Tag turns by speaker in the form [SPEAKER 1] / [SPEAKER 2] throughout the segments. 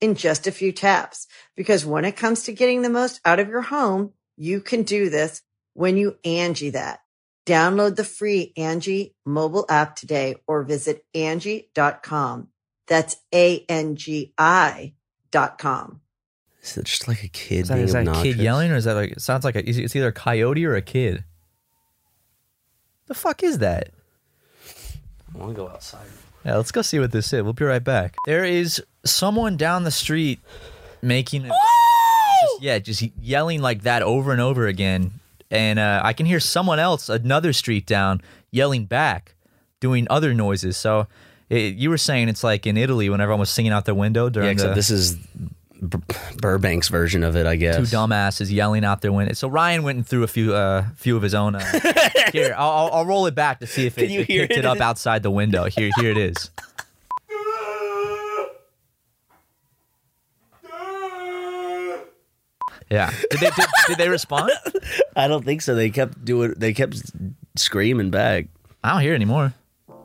[SPEAKER 1] in just a few taps. Because when it comes to getting the most out of your home, you can do this when you Angie that. Download the free Angie mobile app today or visit Angie.com. That's A-N-G-I dot com.
[SPEAKER 2] Is it just like a kid
[SPEAKER 3] Is that,
[SPEAKER 2] being
[SPEAKER 3] is that a
[SPEAKER 2] obnoxious?
[SPEAKER 3] kid yelling, or is that like? It sounds like a, it's it's either a coyote or a kid. The fuck is that?
[SPEAKER 2] I want to go outside.
[SPEAKER 3] Yeah, let's go see what this is. We'll be right back. There is someone down the street making, a, just, yeah, just yelling like that over and over again, and uh, I can hear someone else another street down yelling back, doing other noises. So. It, you were saying it's like in Italy when everyone was singing out their window during
[SPEAKER 2] Yeah, except
[SPEAKER 3] the,
[SPEAKER 2] this is Bur- Burbank's version of it, I guess.
[SPEAKER 3] two dumbasses yelling out their window. So Ryan went and threw a few, uh, few of his own. Uh, here, I'll, I'll- I'll roll it back to see if it,
[SPEAKER 2] you
[SPEAKER 3] it
[SPEAKER 2] hear
[SPEAKER 3] picked it?
[SPEAKER 2] it?
[SPEAKER 3] up outside the window. Here, here it is. Yeah. Did they, did, did they respond?
[SPEAKER 2] I don't think so. They kept doing. They kept screaming back.
[SPEAKER 3] I don't hear anymore.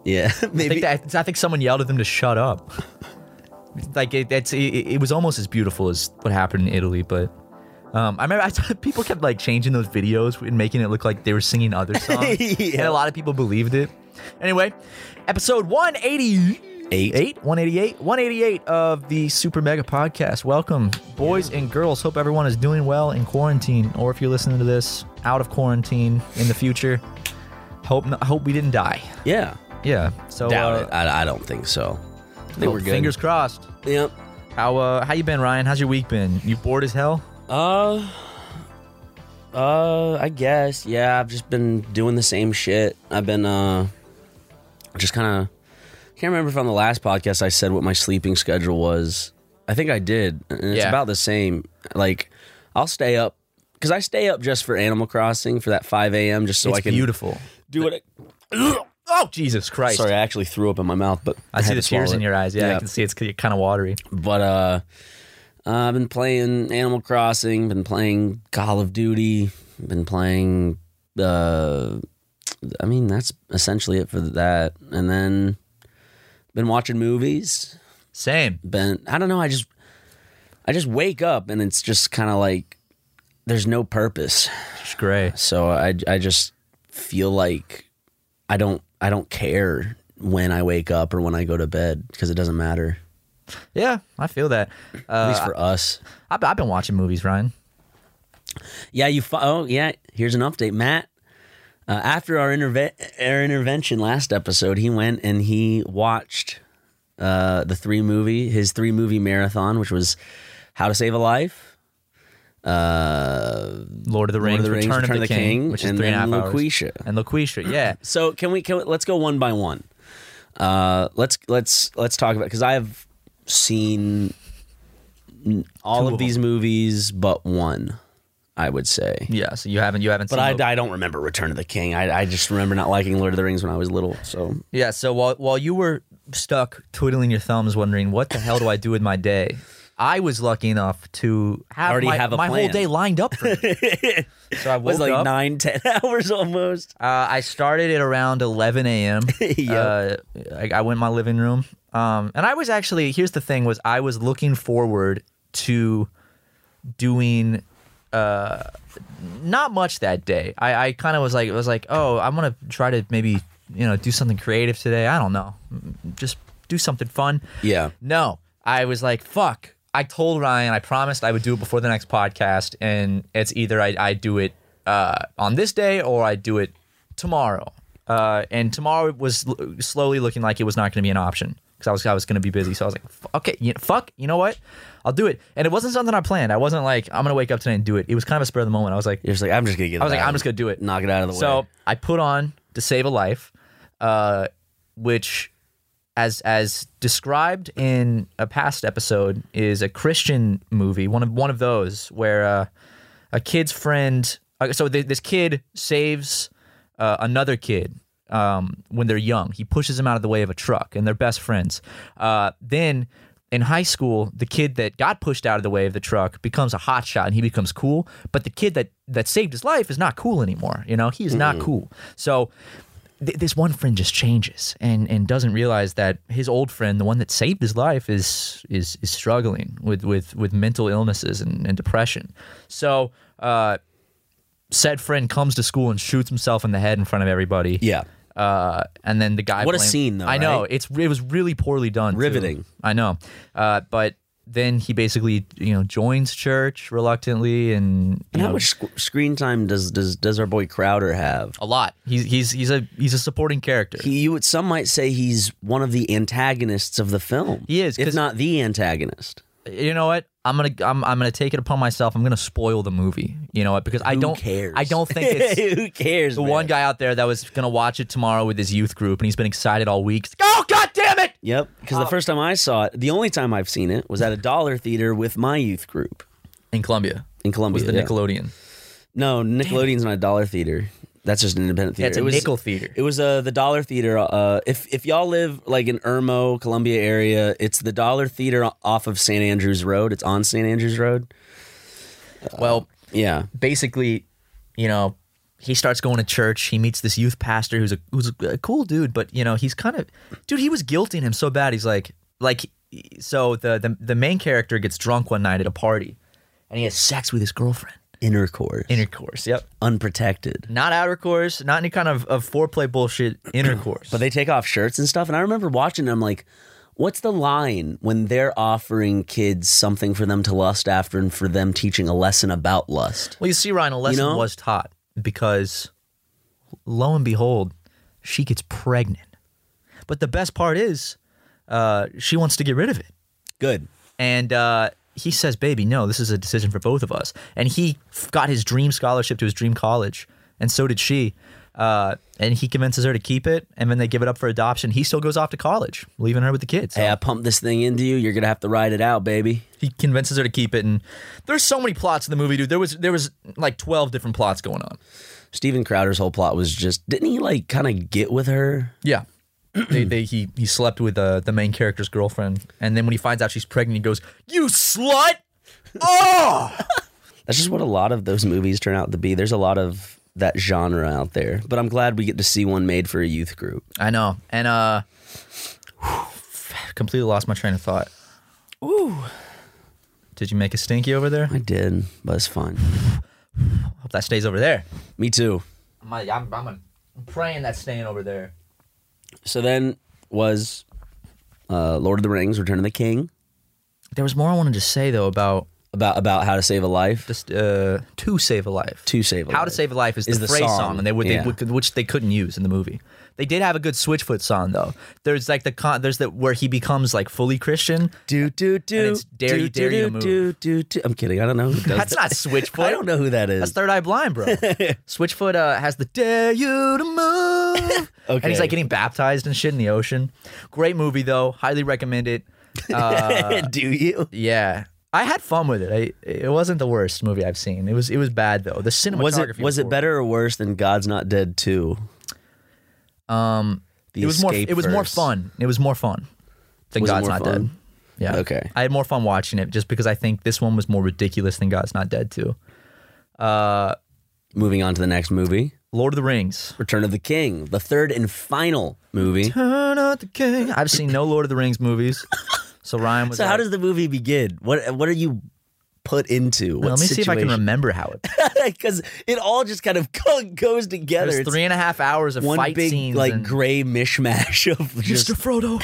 [SPEAKER 2] Yeah,
[SPEAKER 3] I
[SPEAKER 2] maybe.
[SPEAKER 3] think, that, I think someone yelled at them to shut up. Like it, it's, it, it was almost as beautiful as what happened in Italy, but um, I remember I, people kept like changing those videos and making it look like they were singing other songs, and
[SPEAKER 2] Yeah.
[SPEAKER 3] a lot of people believed it. Anyway, episode one eighty
[SPEAKER 2] Eight.
[SPEAKER 3] eight, one eighty eight, one eighty eight of the Super Mega Podcast. Welcome, boys and girls. Hope everyone is doing well in quarantine, or if you're listening to this out of quarantine in the future, hope I hope we didn't die.
[SPEAKER 2] yeah,
[SPEAKER 3] Yeah, so
[SPEAKER 2] doubt
[SPEAKER 3] uh,
[SPEAKER 2] it. I, I don't think so. I think
[SPEAKER 3] well,
[SPEAKER 2] we're good.
[SPEAKER 3] Fingers crossed.
[SPEAKER 2] Yep.
[SPEAKER 3] How uh how you been, Ryan? How's your week been? You bored as hell?
[SPEAKER 2] Uh. Uh, I guess. Yeah, I've just been doing the same shit. I've been uh, just kind of. Can't remember if on the last podcast I said what my sleeping schedule was. I think I did. And it's
[SPEAKER 3] Yeah.
[SPEAKER 2] about the same. Like, I'll stay up because I stay up just for Animal Crossing for that five a.m. just so
[SPEAKER 3] it's
[SPEAKER 2] I can
[SPEAKER 3] beautiful.
[SPEAKER 2] do what. I,
[SPEAKER 3] Oh Jesus Christ!
[SPEAKER 2] Sorry, I actually threw up in my mouth, but
[SPEAKER 3] I, see
[SPEAKER 2] had
[SPEAKER 3] the
[SPEAKER 2] to
[SPEAKER 3] tears
[SPEAKER 2] swallow
[SPEAKER 3] in
[SPEAKER 2] it.
[SPEAKER 3] your eyes. Yeah, I can see it's kind of watery.
[SPEAKER 2] But uh, I've been playing Animal Crossing, been playing Call of Duty, been playing. Uh, I mean, that's essentially it for that. And then been watching movies.
[SPEAKER 3] Same.
[SPEAKER 2] Been I don't know. I just I just wake up and it's just kind of like there's no purpose.
[SPEAKER 3] It's great.
[SPEAKER 2] So I I just feel like I don't I don't care when I wake up or when I go to bed because it doesn't matter.
[SPEAKER 3] Yeah, I feel that.
[SPEAKER 2] At
[SPEAKER 3] Uh,
[SPEAKER 2] least for us.
[SPEAKER 3] I, I've been watching movies, Ryan.
[SPEAKER 2] Yeah, you. Fo- oh, yeah. Here's an update, Matt. Uh, after our, interve- our intervention last episode, he went and he watched uh, the three movie, his three movie marathon, which was How to Save a Life, uh,
[SPEAKER 3] Lord of the Rings,
[SPEAKER 2] Lord of the Rings,
[SPEAKER 3] Return, of the King, which is
[SPEAKER 2] and
[SPEAKER 3] three and a half
[SPEAKER 2] then
[SPEAKER 3] hours.
[SPEAKER 2] Loquisha.
[SPEAKER 3] And Loquisha, yeah.
[SPEAKER 2] So can we? Can we, let's go one by one. Uh, let's let's let's talk about because I've seen n- all of,
[SPEAKER 3] of
[SPEAKER 2] these movies but one, I would say.
[SPEAKER 3] yeah, so you haven't you haven't
[SPEAKER 2] But
[SPEAKER 3] seen
[SPEAKER 2] I,
[SPEAKER 3] Lo-
[SPEAKER 2] I don't remember Return of the King. I, I just remember not liking Lord of the Rings when I was little. So
[SPEAKER 3] Yeah, so while while you were stuck twiddling your thumbs wondering what the hell do I do with my day, I was lucky enough to have
[SPEAKER 2] Already
[SPEAKER 3] my,
[SPEAKER 2] have a
[SPEAKER 3] my whole
[SPEAKER 2] plan.
[SPEAKER 3] day lined up for me. so
[SPEAKER 2] it
[SPEAKER 3] I woke
[SPEAKER 2] was like
[SPEAKER 3] up.
[SPEAKER 2] nine, ten hours almost.
[SPEAKER 3] Uh, I started at around 11 a.m.
[SPEAKER 2] Yep.
[SPEAKER 3] uh, I, I went in my living room, um, and I was actually here's the thing was I was looking forward to doing uh, not much that day. I, I kind of was like was like oh I'm gonna try to maybe you know do something creative today. I don't know, just do something fun.
[SPEAKER 2] Yeah.
[SPEAKER 3] No, I was like fuck. I told Ryan I promised I would do it before the next podcast, and it's either I, I do it uh, on this day or I do it tomorrow. Uh, and tomorrow was l- slowly looking like it was not going to be an option because I was I was going to be busy. So I was like, "F- okay, you fuck, you know what? I'll do it. And it wasn't something I planned. I wasn't like I'm going to wake up today and do it. It was kind of a spur of the moment. I was like,
[SPEAKER 2] You're just like, I'm just gonna get.
[SPEAKER 3] I was
[SPEAKER 2] it
[SPEAKER 3] like,
[SPEAKER 2] out
[SPEAKER 3] I'm
[SPEAKER 2] of-
[SPEAKER 3] just gonna do it.
[SPEAKER 2] knock it out of the way.
[SPEAKER 3] So I put on to save a life, uh, which, as as described in a past episode, is a Christian movie. One of one of those where uh, a kid's friend. uh, So th- this kid saves uh, another kid um, when they're young. He pushes him out of the way of a truck, and they're best friends. Uh, then. In high school, the kid that got pushed out of the way of the truck becomes a hotshot and he becomes cool. But the kid that that saved his life is not cool anymore. You know, he is not cool. So th- this one friend just changes and and doesn't realize that his old friend, the one that saved his life, is is is struggling with with with mental illnesses and, and depression. So uh, said friend comes to school and shoots himself in the head in front of everybody.
[SPEAKER 2] yeah,
[SPEAKER 3] Uh, and then the guy.
[SPEAKER 2] What a
[SPEAKER 3] blamed-
[SPEAKER 2] scene, though,
[SPEAKER 3] I know
[SPEAKER 2] right?
[SPEAKER 3] it's it was really poorly done. too.
[SPEAKER 2] Riveting.
[SPEAKER 3] I know, uh, but then he basically you know joins church reluctantly and you
[SPEAKER 2] and how
[SPEAKER 3] know,
[SPEAKER 2] much sc- screen time does does does our boy Crowder have?
[SPEAKER 3] a lot. He's he's he's a he's a supporting character.
[SPEAKER 2] He, you would, some might say he's one of the antagonists of the film.
[SPEAKER 3] He is,
[SPEAKER 2] if
[SPEAKER 3] 'cause-
[SPEAKER 2] not the antagonist.
[SPEAKER 3] you know what? I'm gonna I'm, I'm gonna take it upon myself. I'm gonna spoil the movie. You know what? Because I
[SPEAKER 2] Who
[SPEAKER 3] don't
[SPEAKER 2] cares?
[SPEAKER 3] I don't think it's
[SPEAKER 2] who cares.
[SPEAKER 3] the one
[SPEAKER 2] man?
[SPEAKER 3] guy out there that was gonna watch it tomorrow with his youth group, and he's been excited all week. He's like, oh god damn it!
[SPEAKER 2] Yep. Because
[SPEAKER 3] Uh,
[SPEAKER 2] the first time I saw it, the only time I've seen it was at a dollar theater with my youth group
[SPEAKER 3] In Colombia
[SPEAKER 2] in Columbia.
[SPEAKER 3] was the
[SPEAKER 2] yeah.
[SPEAKER 3] Nickelodeon.
[SPEAKER 2] No, Nickelodeon's not a dollar theater. That's just an independent theater.
[SPEAKER 3] That's a
[SPEAKER 2] was,
[SPEAKER 3] nickel theater.
[SPEAKER 2] It was uh, the dollar theater. Uh, if if y'all live like in Irmo, Columbia area, it's the dollar theater off of St. Andrews Road. It's on St. Andrews Road.
[SPEAKER 3] well,
[SPEAKER 2] Yeah.
[SPEAKER 3] basically, you know, he starts going to church. He meets this youth pastor who's a who's a cool dude, but you know, he's kind of dude. He was guilting him so bad. He's like, like, so the the, the main character gets drunk one night at a party, and he has sex with his girlfriend.
[SPEAKER 2] Intercourse.
[SPEAKER 3] Intercourse. Yep.
[SPEAKER 2] Unprotected.
[SPEAKER 3] Not intercourse. Not any kind of, of foreplay bullshit. Intercourse.
[SPEAKER 2] But they take off shirts and stuff. And I remember watching them like, what's the line when they're offering kids something for them to lust after and for them teaching a lesson about lust?
[SPEAKER 3] well, you see, Ryan, a lesson
[SPEAKER 2] know?
[SPEAKER 3] was taught because, lo and behold, she gets pregnant. But the best part is, uh, she wants to get rid of it.
[SPEAKER 2] Good.
[SPEAKER 3] And uh, he says, "Baby, no, this is a decision for both of us." And he f- got his dream scholarship to his dream college, and so did she. Uh, and he convinces her to keep it, and then they give it up for adoption. He still goes off to college, leaving her with the kids.
[SPEAKER 2] Hey, I pumped this thing into you. You're gonna have to ride it out, baby.
[SPEAKER 3] He convinces her to keep it, and there's so many plots in the movie, dude. There was there was like twelve different plots going on.
[SPEAKER 2] Steven Crowder's whole plot was just didn't he like kind of get with her?
[SPEAKER 3] Yeah. they, they, he he slept with uh, the main character's girlfriend, and then when he finds out she's pregnant, he goes, "You slut!" Oh,
[SPEAKER 2] That's just what a lot of those movies turn out to be. There's a lot of that genre out there, but I'm glad we get to see one made for a youth group.
[SPEAKER 3] I know. And uh completely lost my train of thought. Ooh. Did you make a stinky over there?
[SPEAKER 2] I did, but it's fun.
[SPEAKER 3] Hope that stays over there.
[SPEAKER 2] Me too.
[SPEAKER 3] I'm, I'm, I'm praying that's staying over there.
[SPEAKER 2] So then was uh, Lord of the Rings: Return of the King
[SPEAKER 3] There was more I wanted to say though about
[SPEAKER 2] about about how to save a life
[SPEAKER 3] just uh to save a life.
[SPEAKER 2] to save a
[SPEAKER 3] How
[SPEAKER 2] life.
[SPEAKER 3] to save a life is,
[SPEAKER 2] Is
[SPEAKER 3] the,
[SPEAKER 2] the
[SPEAKER 3] phrase song,
[SPEAKER 2] song,
[SPEAKER 3] and they would,
[SPEAKER 2] yeah.
[SPEAKER 3] they would, which they couldn't use in the movie. They did have a good Switchfoot song though. There's like the con, there's that where he becomes like fully Christian.
[SPEAKER 2] do do do.
[SPEAKER 3] And it's dare
[SPEAKER 2] do,
[SPEAKER 3] you, dare you to
[SPEAKER 2] do,
[SPEAKER 3] move.
[SPEAKER 2] do do do. I'm kidding. I don't know. Who does
[SPEAKER 3] That's
[SPEAKER 2] that.
[SPEAKER 3] not Switchfoot.
[SPEAKER 2] I don't know who that is.
[SPEAKER 3] That's Third Eye Blind, bro. Switchfoot uh, has the dare you to move. And
[SPEAKER 2] Okay.
[SPEAKER 3] he's like getting baptized and shit in the ocean. Great movie, though. Highly recommend it.
[SPEAKER 2] do you?
[SPEAKER 3] Yeah. I had fun with it. I, it wasn't the worst movie I've seen. It was it was bad though. The cinematography
[SPEAKER 2] was it was it
[SPEAKER 3] poor.
[SPEAKER 2] better or worse than God's Not Dead Two? Um,
[SPEAKER 3] Um, It was more. It was more fun. It was more fun than
[SPEAKER 2] Was it
[SPEAKER 3] God's
[SPEAKER 2] more
[SPEAKER 3] Not Dead.
[SPEAKER 2] fun?
[SPEAKER 3] Yeah.
[SPEAKER 2] Okay.
[SPEAKER 3] I had more fun watching it just because I think this one was more ridiculous than God's Not Dead too.
[SPEAKER 2] Moving on to the next movie,
[SPEAKER 3] Lord of the Rings.
[SPEAKER 2] Return of the King, the third and final movie.
[SPEAKER 3] Turn out the king. I've seen no Lord of the Rings movies. So Ryan was.
[SPEAKER 2] So how
[SPEAKER 3] like,
[SPEAKER 2] does the movie begin? What what are you put into? What
[SPEAKER 3] Let me see if I can remember how it.
[SPEAKER 2] because it all just kind of go- goes together.
[SPEAKER 3] There's
[SPEAKER 2] It's
[SPEAKER 3] three and a half hours of
[SPEAKER 2] one
[SPEAKER 3] fight
[SPEAKER 2] big
[SPEAKER 3] scenes.
[SPEAKER 2] like
[SPEAKER 3] and-
[SPEAKER 2] gray mishmash of just
[SPEAKER 3] Frodo.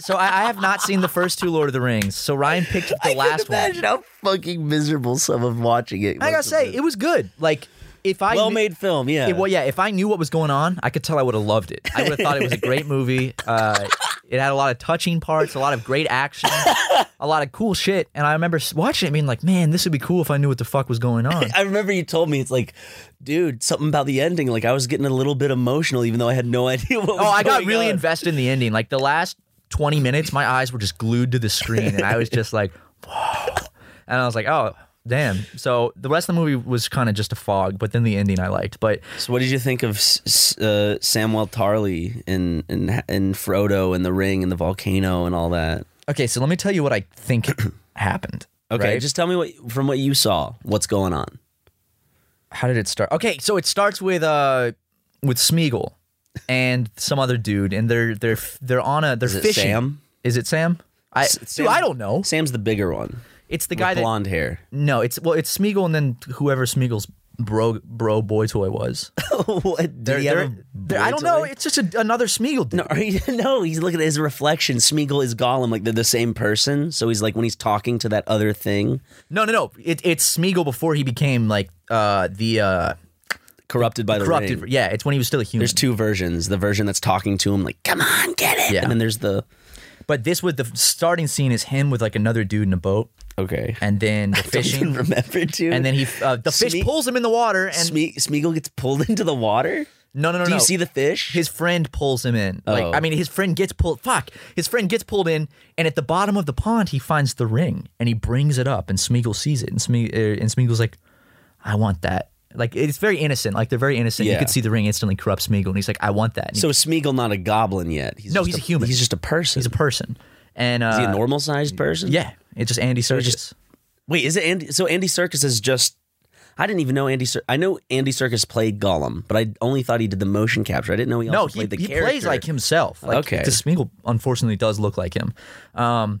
[SPEAKER 3] So I, I have not seen the first two Lord of the Rings. So Ryan picked up the last one.
[SPEAKER 2] Imagine how fucking miserable someone watching it.
[SPEAKER 3] I gotta say, it was good. Like if I
[SPEAKER 2] well
[SPEAKER 3] kn-
[SPEAKER 2] made film. Yeah.
[SPEAKER 3] it- well, yeah. If I knew what was going on, I could tell I would have loved it. I would have thought it was a great movie. Uh, it had a lot of touching parts, a lot of great action, a lot of cool shit. And I remember s- watching it, being like, "Man, this would be cool if I knew what the fuck was going on."
[SPEAKER 2] I remember you told me it's like, dude, something about the ending. Like I was getting a little bit emotional, even though I had no idea what. was
[SPEAKER 3] Oh, I got
[SPEAKER 2] going
[SPEAKER 3] really
[SPEAKER 2] on.
[SPEAKER 3] invested in the ending. Like the last 20 minutes, my eyes were just glued to the screen, and I was just like, whoa. And I was like, oh, damn. So the rest of the movie was kind of just a fog, but then the ending I liked. But
[SPEAKER 2] So, what did you think of S- S- uh, Samuel Tarly and and and Frodo and the Ring and the volcano and all that?
[SPEAKER 3] okay, so let me tell you what I think happened.
[SPEAKER 2] Okay,
[SPEAKER 3] right?
[SPEAKER 2] just tell me what from what you saw, what's going on.
[SPEAKER 3] how did it start? Okay, so it starts with uh with Smeagol and some other dude, and they're they're they're on a they're
[SPEAKER 2] Is it
[SPEAKER 3] fishing.
[SPEAKER 2] Sam?
[SPEAKER 3] Is it Sam? I
[SPEAKER 2] S-
[SPEAKER 3] Eh, dude,
[SPEAKER 2] Sam-
[SPEAKER 3] I don't know.
[SPEAKER 2] Sam's the bigger one,
[SPEAKER 3] It's the
[SPEAKER 2] with
[SPEAKER 3] guy that
[SPEAKER 2] blonde hair.
[SPEAKER 3] no, it's well, it's Smeagol and then whoever Smeagol's bro bro boy toy was.
[SPEAKER 2] what? Did
[SPEAKER 3] They're-
[SPEAKER 2] he have a
[SPEAKER 3] they're- they're-
[SPEAKER 2] boy
[SPEAKER 3] I don't know.
[SPEAKER 2] toy?
[SPEAKER 3] It's just a, another Smeagol dude.
[SPEAKER 2] No, he, no, he's looking at his reflection. Smeagol is Gollum, like they're the same person. So he's like when he's talking to that other thing,
[SPEAKER 3] No, no, no. It, it's Smeagol before he became like uh the uh
[SPEAKER 2] corrupted by the
[SPEAKER 3] corrupted.
[SPEAKER 2] ring.
[SPEAKER 3] Yeah, it's when he was still a human.
[SPEAKER 2] There's two versions. The version that's talking to him, like "Come on, get it,"
[SPEAKER 3] Yeah.
[SPEAKER 2] and then there's the
[SPEAKER 3] but this was the starting scene is him with like another dude in a boat,
[SPEAKER 2] okay
[SPEAKER 3] and then the
[SPEAKER 2] Don't even
[SPEAKER 3] fishing.
[SPEAKER 2] Remember to
[SPEAKER 3] and then he uh, the fish
[SPEAKER 2] Sme-
[SPEAKER 3] pulls him in the water and
[SPEAKER 2] Sme- Smeagol gets pulled into the water.
[SPEAKER 3] no no no
[SPEAKER 2] Do
[SPEAKER 3] no
[SPEAKER 2] you see the fish?
[SPEAKER 3] his friend pulls him in like
[SPEAKER 2] Oh.
[SPEAKER 3] i mean his friend gets pulled fuck his friend gets pulled in and at the bottom of the pond he finds the ring and he brings it up and smeagol sees it and, Sme- uh, and smeagol's like i want that like it's very innocent like they're very innocent you
[SPEAKER 2] Yeah.
[SPEAKER 3] could see the ring instantly corrupts smeagol and he's like i want that and he-
[SPEAKER 2] so is Smeagol not a goblin yet? He's
[SPEAKER 3] No,
[SPEAKER 2] just
[SPEAKER 3] he's a human.
[SPEAKER 2] He's just a person.
[SPEAKER 3] he's a person and uh
[SPEAKER 2] Is he a normal sized person?
[SPEAKER 3] yeah it's just andy Serkis.
[SPEAKER 2] Wait, is it Andy? So Andy Circus is just. I didn't even know Andy. Cir- I know Andy Circus played Gollum, but I only thought he did the motion capture. I didn't know he also
[SPEAKER 3] no he,
[SPEAKER 2] played the
[SPEAKER 3] he
[SPEAKER 2] character.
[SPEAKER 3] plays like himself like
[SPEAKER 2] Okay.
[SPEAKER 3] because smeagol unfortunately does look like him um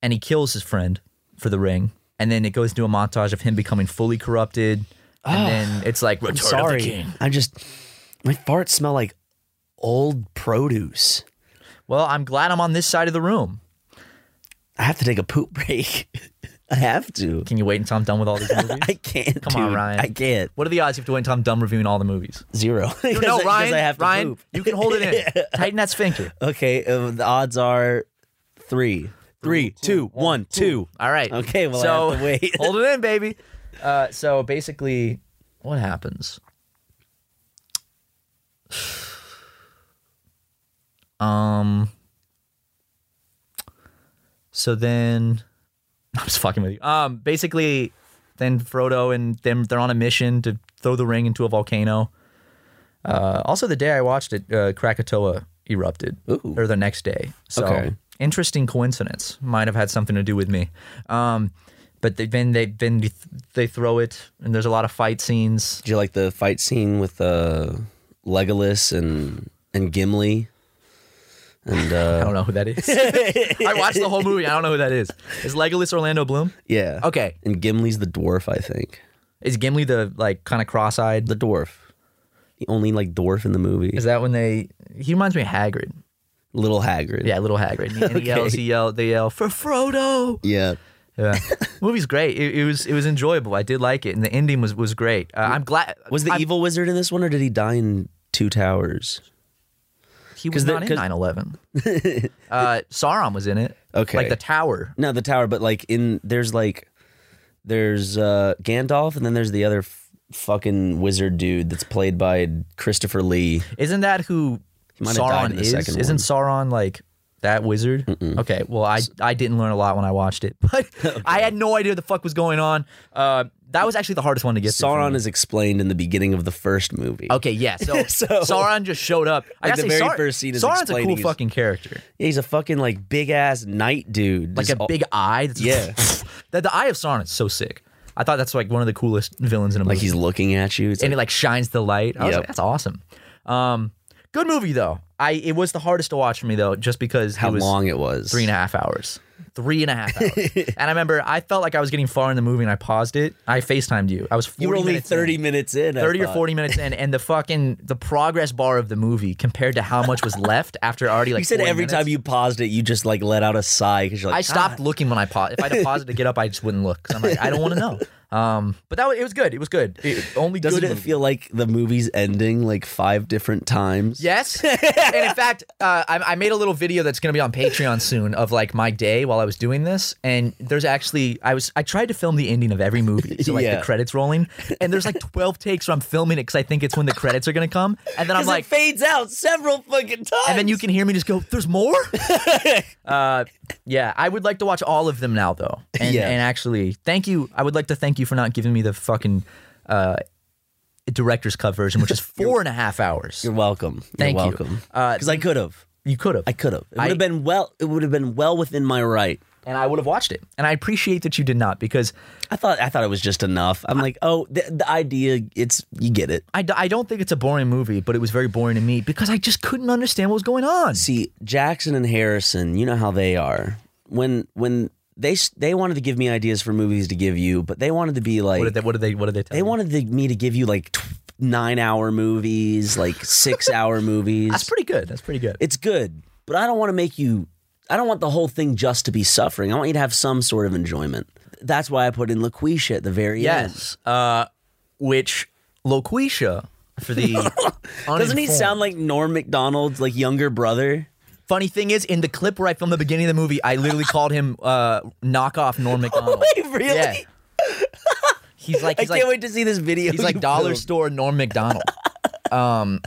[SPEAKER 3] and he kills his friend for the ring and then it goes into a montage of him becoming fully corrupted and then it's like Ah, Return
[SPEAKER 2] Sorry,
[SPEAKER 3] of the king.
[SPEAKER 2] I just my farts smell like old produce.
[SPEAKER 3] well i'm glad i'm on this side of the room
[SPEAKER 2] I have to take a poop break. I have to.
[SPEAKER 3] can you wait until i'm done with all these movies
[SPEAKER 2] I can't.
[SPEAKER 3] Come on,
[SPEAKER 2] dude.
[SPEAKER 3] Ryan.
[SPEAKER 2] I can't.
[SPEAKER 3] what are the odds you have to wait until i'm done reviewing all the movies
[SPEAKER 2] Zero. because, I-
[SPEAKER 3] no
[SPEAKER 2] because
[SPEAKER 3] ryan
[SPEAKER 2] I have to
[SPEAKER 3] ryan
[SPEAKER 2] poop.
[SPEAKER 3] you can hold it in tighten that sphincter
[SPEAKER 2] Okay, uh, the odds are three. Three, two, one, two.
[SPEAKER 3] all right
[SPEAKER 2] Okay, well, I
[SPEAKER 3] so
[SPEAKER 2] have to wait.
[SPEAKER 3] hold it in baby uh so basically what happens Um. So then, I'm just fucking with you. Um. Basically, then Frodo and them they're on a mission to throw the ring into a volcano. Uh. Also, the day I watched it, uh, Krakatoa erupted,
[SPEAKER 2] Ooh.
[SPEAKER 3] or the next day. So
[SPEAKER 2] Okay.
[SPEAKER 3] interesting coincidence. Might have had something to do with me. Um. But they, then they then they throw it, and there's a lot of fight scenes.
[SPEAKER 2] Did you like the fight scene with uh, Legolas and and Gimli? And
[SPEAKER 3] I
[SPEAKER 2] uh,
[SPEAKER 3] don't know who that is. I watched the whole movie. I don't know who that is. Is Legolas Orlando Bloom?
[SPEAKER 2] yeah,
[SPEAKER 3] Okay.
[SPEAKER 2] And Gimli's the dwarf, I think.
[SPEAKER 3] Is Gimli the like kind of cross-eyed?
[SPEAKER 2] The dwarf, the only like dwarf in the movie.
[SPEAKER 3] Is that when they? He reminds me of Hagrid.
[SPEAKER 2] Little Hagrid.
[SPEAKER 3] Yeah, little Hagrid. And he yells. He yell. They yell for Frodo.
[SPEAKER 2] yeah.
[SPEAKER 3] Yeah, movie's great. It, it was it was enjoyable. I did like it, and the ending was was great. Uh, I'm glad.
[SPEAKER 2] Was the
[SPEAKER 3] I'm-
[SPEAKER 2] evil wizard in this one, or did he die in Two Towers?
[SPEAKER 3] he
[SPEAKER 2] 'cause
[SPEAKER 3] was
[SPEAKER 2] the-
[SPEAKER 3] not in
[SPEAKER 2] 'cause-
[SPEAKER 3] 9/11? uh, Sauron was in it.
[SPEAKER 2] Okay.
[SPEAKER 3] like the tower.
[SPEAKER 2] No, the tower, but like in there's like there's uh Gandalf and then there's the other f- fucking wizard dude that's played by Christopher Lee.
[SPEAKER 3] Isn't that who
[SPEAKER 2] might have died
[SPEAKER 3] Sauron
[SPEAKER 2] in the
[SPEAKER 3] is?
[SPEAKER 2] second
[SPEAKER 3] Isn't Sauron like that wizard? Okay, well I I didn't learn a lot when I watched it, but I had no idea what the fuck was going on. Uh, that was actually the hardest one Oh. to get. through for me.
[SPEAKER 2] Sauron is explained in the beginning of the first movie.
[SPEAKER 3] Okay, yeah. So,
[SPEAKER 2] So-
[SPEAKER 3] Sauron just showed up. I
[SPEAKER 2] Like,
[SPEAKER 3] gotta
[SPEAKER 2] the
[SPEAKER 3] say,
[SPEAKER 2] very
[SPEAKER 3] Saur-
[SPEAKER 2] first scene is
[SPEAKER 3] Sauron's a
[SPEAKER 2] explaining
[SPEAKER 3] cool
[SPEAKER 2] his-
[SPEAKER 3] fucking character.
[SPEAKER 2] Yeah, he's a fucking like big ass knight dude.
[SPEAKER 3] Like
[SPEAKER 2] Just
[SPEAKER 3] a
[SPEAKER 2] all-
[SPEAKER 3] big eye. That's just- the, the eye of Sauron is so sick. I thought that's like one of the coolest villains in a movie.
[SPEAKER 2] like he's looking at you. It's
[SPEAKER 3] and
[SPEAKER 2] like,
[SPEAKER 3] it like shines the light. I was
[SPEAKER 2] Yep.
[SPEAKER 3] like, that's awesome. Um, good movie though. I it was the hardest to watch for me though, just because
[SPEAKER 2] how
[SPEAKER 3] it was
[SPEAKER 2] long it was.
[SPEAKER 3] three and a half hours. three and a half hours. and I remember I felt like I was getting far in the movie and I paused it. I FaceTimed you. I was 40
[SPEAKER 2] You were only
[SPEAKER 3] minutes in.
[SPEAKER 2] thirty minutes in. I
[SPEAKER 3] 30 or
[SPEAKER 2] thought.
[SPEAKER 3] 40 minutes in and the fucking the progress bar of the movie compared to how much was left after already like
[SPEAKER 2] You said
[SPEAKER 3] 40
[SPEAKER 2] every
[SPEAKER 3] minutes.
[SPEAKER 2] time you paused it, you just like let out a sigh because you're like,
[SPEAKER 3] I stopped looking when I paused. If I would paused it to get up, I just wouldn't look. 'cause I'm like, I don't want to know. Um, but that was, it was good. It was good. It, only
[SPEAKER 2] "God." "Ah, Doesn't
[SPEAKER 3] good
[SPEAKER 2] it
[SPEAKER 3] movie.
[SPEAKER 2] feel like the movie's ending like five different times?
[SPEAKER 3] Yes. and in fact, uh, I, I made a little video that's going to be on Patreon soon of like my day while I was doing this. And there's actually, I was, I tried to film the ending of every movie. So like
[SPEAKER 2] Yeah.
[SPEAKER 3] the credits rolling. And there's like 12 takes where I'm filming it because I think it's when the credits are going to come. And then I'm
[SPEAKER 2] Because
[SPEAKER 3] like,
[SPEAKER 2] it fades out several fucking times.
[SPEAKER 3] and then you can hear me just go, there's more? uh, yeah. I would like to watch all of them now though. And,
[SPEAKER 2] Yeah.
[SPEAKER 3] and actually, thank you. I would like to thank you for not giving me the fucking, uh, director's cut version, which is four and a half hours.
[SPEAKER 2] You're welcome.
[SPEAKER 3] Thank
[SPEAKER 2] you're
[SPEAKER 3] you.
[SPEAKER 2] welcome.
[SPEAKER 3] Uh,
[SPEAKER 2] Because I could have.
[SPEAKER 3] You could have.
[SPEAKER 2] I could have. It
[SPEAKER 3] I-
[SPEAKER 2] would have been well. It would have been well within my right.
[SPEAKER 3] and I would have watched it. And I appreciate that you did not because
[SPEAKER 2] I thought. I thought it was just enough. I'm like, oh, the, the idea. It's you get it.
[SPEAKER 3] I, d- I don't think it's a boring movie, but it was very boring to me because I just couldn't understand what was going on.
[SPEAKER 2] See, Jackson and Harrison. You know how they are. When when they s- they wanted to give me ideas for movies to give you, but they wanted to be like
[SPEAKER 3] What did they? What did they? What did they tell?
[SPEAKER 2] they
[SPEAKER 3] you?
[SPEAKER 2] wanted to, me to give you like tw- nine hour movies, like six hour movies.
[SPEAKER 3] That's pretty good. That's pretty good.
[SPEAKER 2] it's good, but I don't want to make you. I don't want the whole thing just to be suffering. I want you to have some sort of enjoyment. That's why I put in LaQuisha at the very end.
[SPEAKER 3] yes. Uh, which Loquisha for the
[SPEAKER 2] Doesn't he
[SPEAKER 3] uninformed-
[SPEAKER 2] sound like Norm McDonald's like younger brother?
[SPEAKER 3] Funny thing is, in the clip where I filmed the beginning of the movie, I literally called him uh, knockoff Norm Macdonald.
[SPEAKER 2] Wait, really?
[SPEAKER 3] Oh, Yeah. He's like
[SPEAKER 2] I
[SPEAKER 3] he's
[SPEAKER 2] can't
[SPEAKER 3] like
[SPEAKER 2] wait to see this video.
[SPEAKER 3] He's like
[SPEAKER 2] you
[SPEAKER 3] dollar
[SPEAKER 2] filmed.
[SPEAKER 3] store Norm Macdonald. um,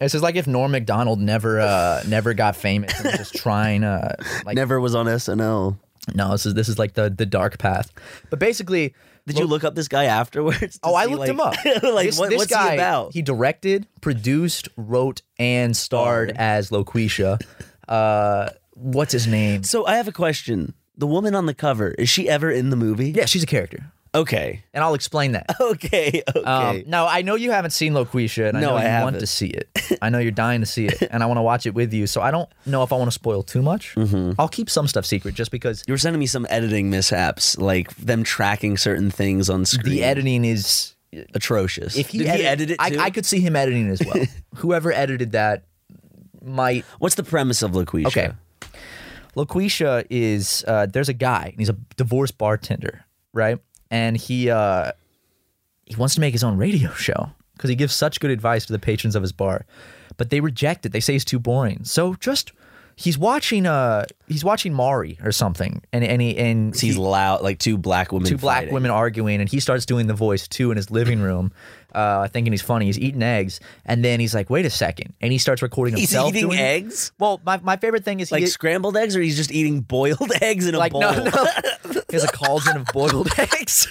[SPEAKER 3] this is like if Norm Macdonald never uh never got famous and was just trying uh like
[SPEAKER 2] Never was on SNL.
[SPEAKER 3] no this is this is like the the dark path. But basically,
[SPEAKER 2] Did you look up this guy afterwards? to
[SPEAKER 3] oh I
[SPEAKER 2] see,
[SPEAKER 3] looked
[SPEAKER 2] like-
[SPEAKER 3] him up.
[SPEAKER 2] like
[SPEAKER 3] this,
[SPEAKER 2] what,
[SPEAKER 3] this
[SPEAKER 2] what's
[SPEAKER 3] guy,
[SPEAKER 2] he about?
[SPEAKER 3] He directed, produced, wrote, and starred as Loquisha. Uh, what's his name?
[SPEAKER 2] so I have a question. The woman on the cover is she ever in the movie?
[SPEAKER 3] Yeah, she's a character,
[SPEAKER 2] Okay.
[SPEAKER 3] and I'll explain that.
[SPEAKER 2] Okay. Okay.
[SPEAKER 3] Um, now I know you haven't seen Loquisha, and I
[SPEAKER 2] No,
[SPEAKER 3] know
[SPEAKER 2] I
[SPEAKER 3] you want
[SPEAKER 2] haven't.
[SPEAKER 3] to see it. I know you're dying to see it, and I want to watch it with you. So I don't know if I want to spoil too much.
[SPEAKER 2] Mm-hmm.
[SPEAKER 3] I'll keep some stuff secret just because
[SPEAKER 2] You were sending me some editing mishaps, like them tracking certain things on screen.
[SPEAKER 3] the editing is.
[SPEAKER 2] atrocious.
[SPEAKER 3] If he
[SPEAKER 2] Did
[SPEAKER 3] edit-
[SPEAKER 2] he edit it
[SPEAKER 3] I,
[SPEAKER 2] too?
[SPEAKER 3] I could see him editing as well. Whoever edited that might
[SPEAKER 2] What's the premise of LaQuisha?
[SPEAKER 3] Okay. LaQuisha is uh, there's a guy, and he's a divorced bartender, right? And he uh, he wants to make his own radio show because he gives such good advice to the patrons of his bar, but they reject it. They say he's too boring. So just he's watching uh he's watching Mari or something, and and he, and
[SPEAKER 2] He's loud, like two black women.
[SPEAKER 3] two black
[SPEAKER 2] fighting.
[SPEAKER 3] women arguing, and he starts doing the voice too in his living room, uh, thinking he's funny. He's eating eggs, and then he's like, "Wait a second. and he starts recording
[SPEAKER 2] He's
[SPEAKER 3] himself.
[SPEAKER 2] eating
[SPEAKER 3] doing it.
[SPEAKER 2] eggs,
[SPEAKER 3] Well, my, my favorite thing is
[SPEAKER 2] like
[SPEAKER 3] he,
[SPEAKER 2] scrambled eggs, or he's just eating boiled eggs in a
[SPEAKER 3] like
[SPEAKER 2] bowl.
[SPEAKER 3] no, no. he has a cauldron of boiled eggs.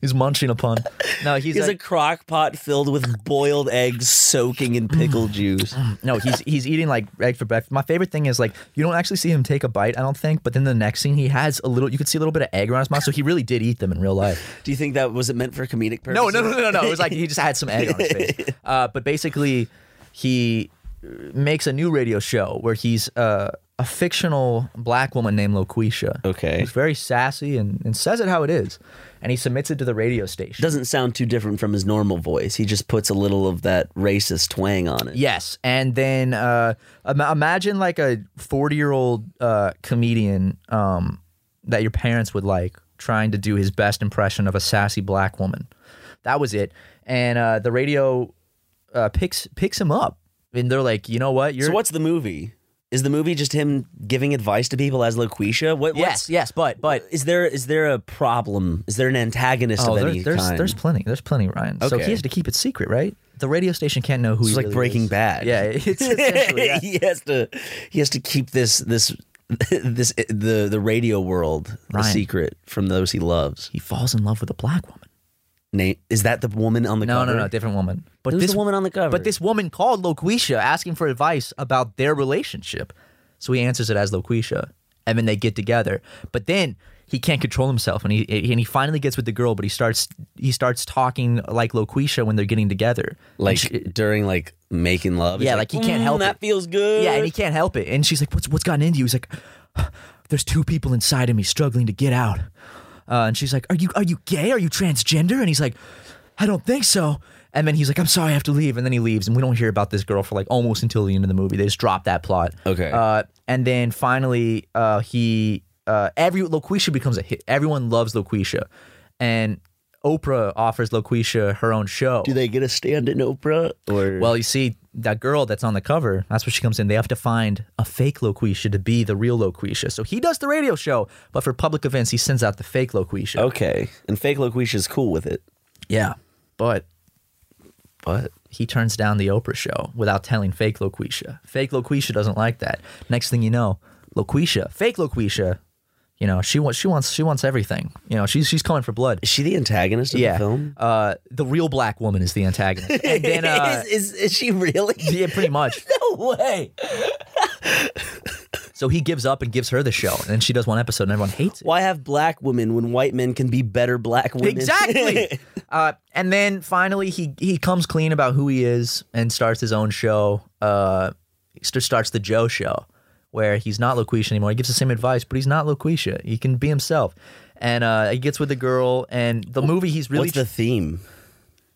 [SPEAKER 3] he's munching upon. No, he's,
[SPEAKER 2] He has a
[SPEAKER 3] like,
[SPEAKER 2] crock pot filled with boiled eggs soaking in pickle juice.
[SPEAKER 3] no, he's he's eating like egg for breakfast. My favorite thing is like you don't actually see him take a bite, I don't think, but then the next scene he has a little. You could see a little bit of egg around his mouth, so he really did eat them in real life.
[SPEAKER 2] Do you think that was it meant for comedic purposes?
[SPEAKER 3] No, no, no, no, no. It was like he just had some egg on his face. Uh, but basically, he makes a new radio show where he's uh, a fictional black woman named Loquisha.
[SPEAKER 2] Okay.
[SPEAKER 3] Who's very sassy and, and says it how it is. And he submits it to the radio station.
[SPEAKER 2] Doesn't sound too different from his normal voice. He just puts a little of that racist twang on it.
[SPEAKER 3] Yes, and then uh, im- imagine like a forty-year-old uh, comedian um, that your parents would like trying to do his best impression of a sassy black woman. That was it, and uh, the radio uh, picks picks him up, and they're like, you know what, you're
[SPEAKER 2] So what's the movie? Is the movie just him giving advice to people as Loquisha? What,
[SPEAKER 3] yes, yes, but but
[SPEAKER 2] But is there is there a problem? Is there an antagonist
[SPEAKER 3] oh,
[SPEAKER 2] of
[SPEAKER 3] there-
[SPEAKER 2] any
[SPEAKER 3] there's
[SPEAKER 2] kind?
[SPEAKER 3] there's plenty, there's plenty, Ryan. So
[SPEAKER 2] Okay.
[SPEAKER 3] he has to keep it secret, right? The radio station can't know who
[SPEAKER 2] It's
[SPEAKER 3] he's
[SPEAKER 2] like Breaking Bad.
[SPEAKER 3] Yeah, it's essentially yeah.
[SPEAKER 2] he has to he has to keep this this this the the radio world a
[SPEAKER 3] Ryan.
[SPEAKER 2] secret from those he loves.
[SPEAKER 3] he falls in love with a black woman.
[SPEAKER 2] Nate, is that the woman on the
[SPEAKER 3] No,
[SPEAKER 2] cover?
[SPEAKER 3] no, no, different woman. But
[SPEAKER 2] Who's
[SPEAKER 3] this
[SPEAKER 2] the woman on the cover?
[SPEAKER 3] But this woman called Loquisha asking for advice about their relationship. So he answers it as Loquisha. And then they get together. But then he can't control himself and he and he finally gets with the girl, but he starts he starts talking like Loquisha when they're getting together.
[SPEAKER 2] like during like making love.
[SPEAKER 3] Yeah,
[SPEAKER 2] he's
[SPEAKER 3] like, he can't help
[SPEAKER 2] "Mm, That
[SPEAKER 3] it."
[SPEAKER 2] feels good.
[SPEAKER 3] Yeah, and he can't help it. And she's like, What's what's gotten into you? He's like there's two people inside of me struggling to get out. Uh, and she's like, "Are you are you gay? Are you transgender?" And he's like, "I don't think so." And then he's like, "I'm sorry, I have to leave." And then he leaves, and we don't hear about this girl for like almost until the end of the movie. They just drop that plot.
[SPEAKER 2] Okay.
[SPEAKER 3] Uh, and then finally, uh, he uh, every Loquisha becomes a hit. Everyone loves Loquisha, and Oprah offers Loquisha her own show.
[SPEAKER 2] Do they get a stand in Oprah or
[SPEAKER 3] Well, you see, that girl that's on the cover, that's where she comes in. They have to find a fake Loquisha to be the real Loquisha. So he does the radio show, but for public events, he sends out the fake Loquisha.
[SPEAKER 2] okay? And fake Loquisha's cool with it,
[SPEAKER 3] Yeah. But
[SPEAKER 2] but
[SPEAKER 3] he turns down the Oprah show without telling fake Loquisha. Fake Loquisha doesn't like that. Next thing you know, Loquisha, fake Loquisha, you know, she wants she wants she wants everything. You know, she's she's coming for blood.
[SPEAKER 2] is she the antagonist of the film?
[SPEAKER 3] Uh the real black woman is the antagonist. And then uh
[SPEAKER 2] is, is is she really?
[SPEAKER 3] yeah, pretty much.
[SPEAKER 2] No way.
[SPEAKER 3] So he gives up and gives her the show, and then she does one episode, and everyone hates it.
[SPEAKER 2] Why have black women when white men can be better black women?
[SPEAKER 3] Exactly. uh, and then finally, he he comes clean about who he is and starts his own show. Uh, st- starts the Joe Show, where he's not Loquisha anymore. He gives the same advice, but he's not Loquisha. He can be himself. And uh, he gets with the girl, and the movie he's really
[SPEAKER 2] What's the theme?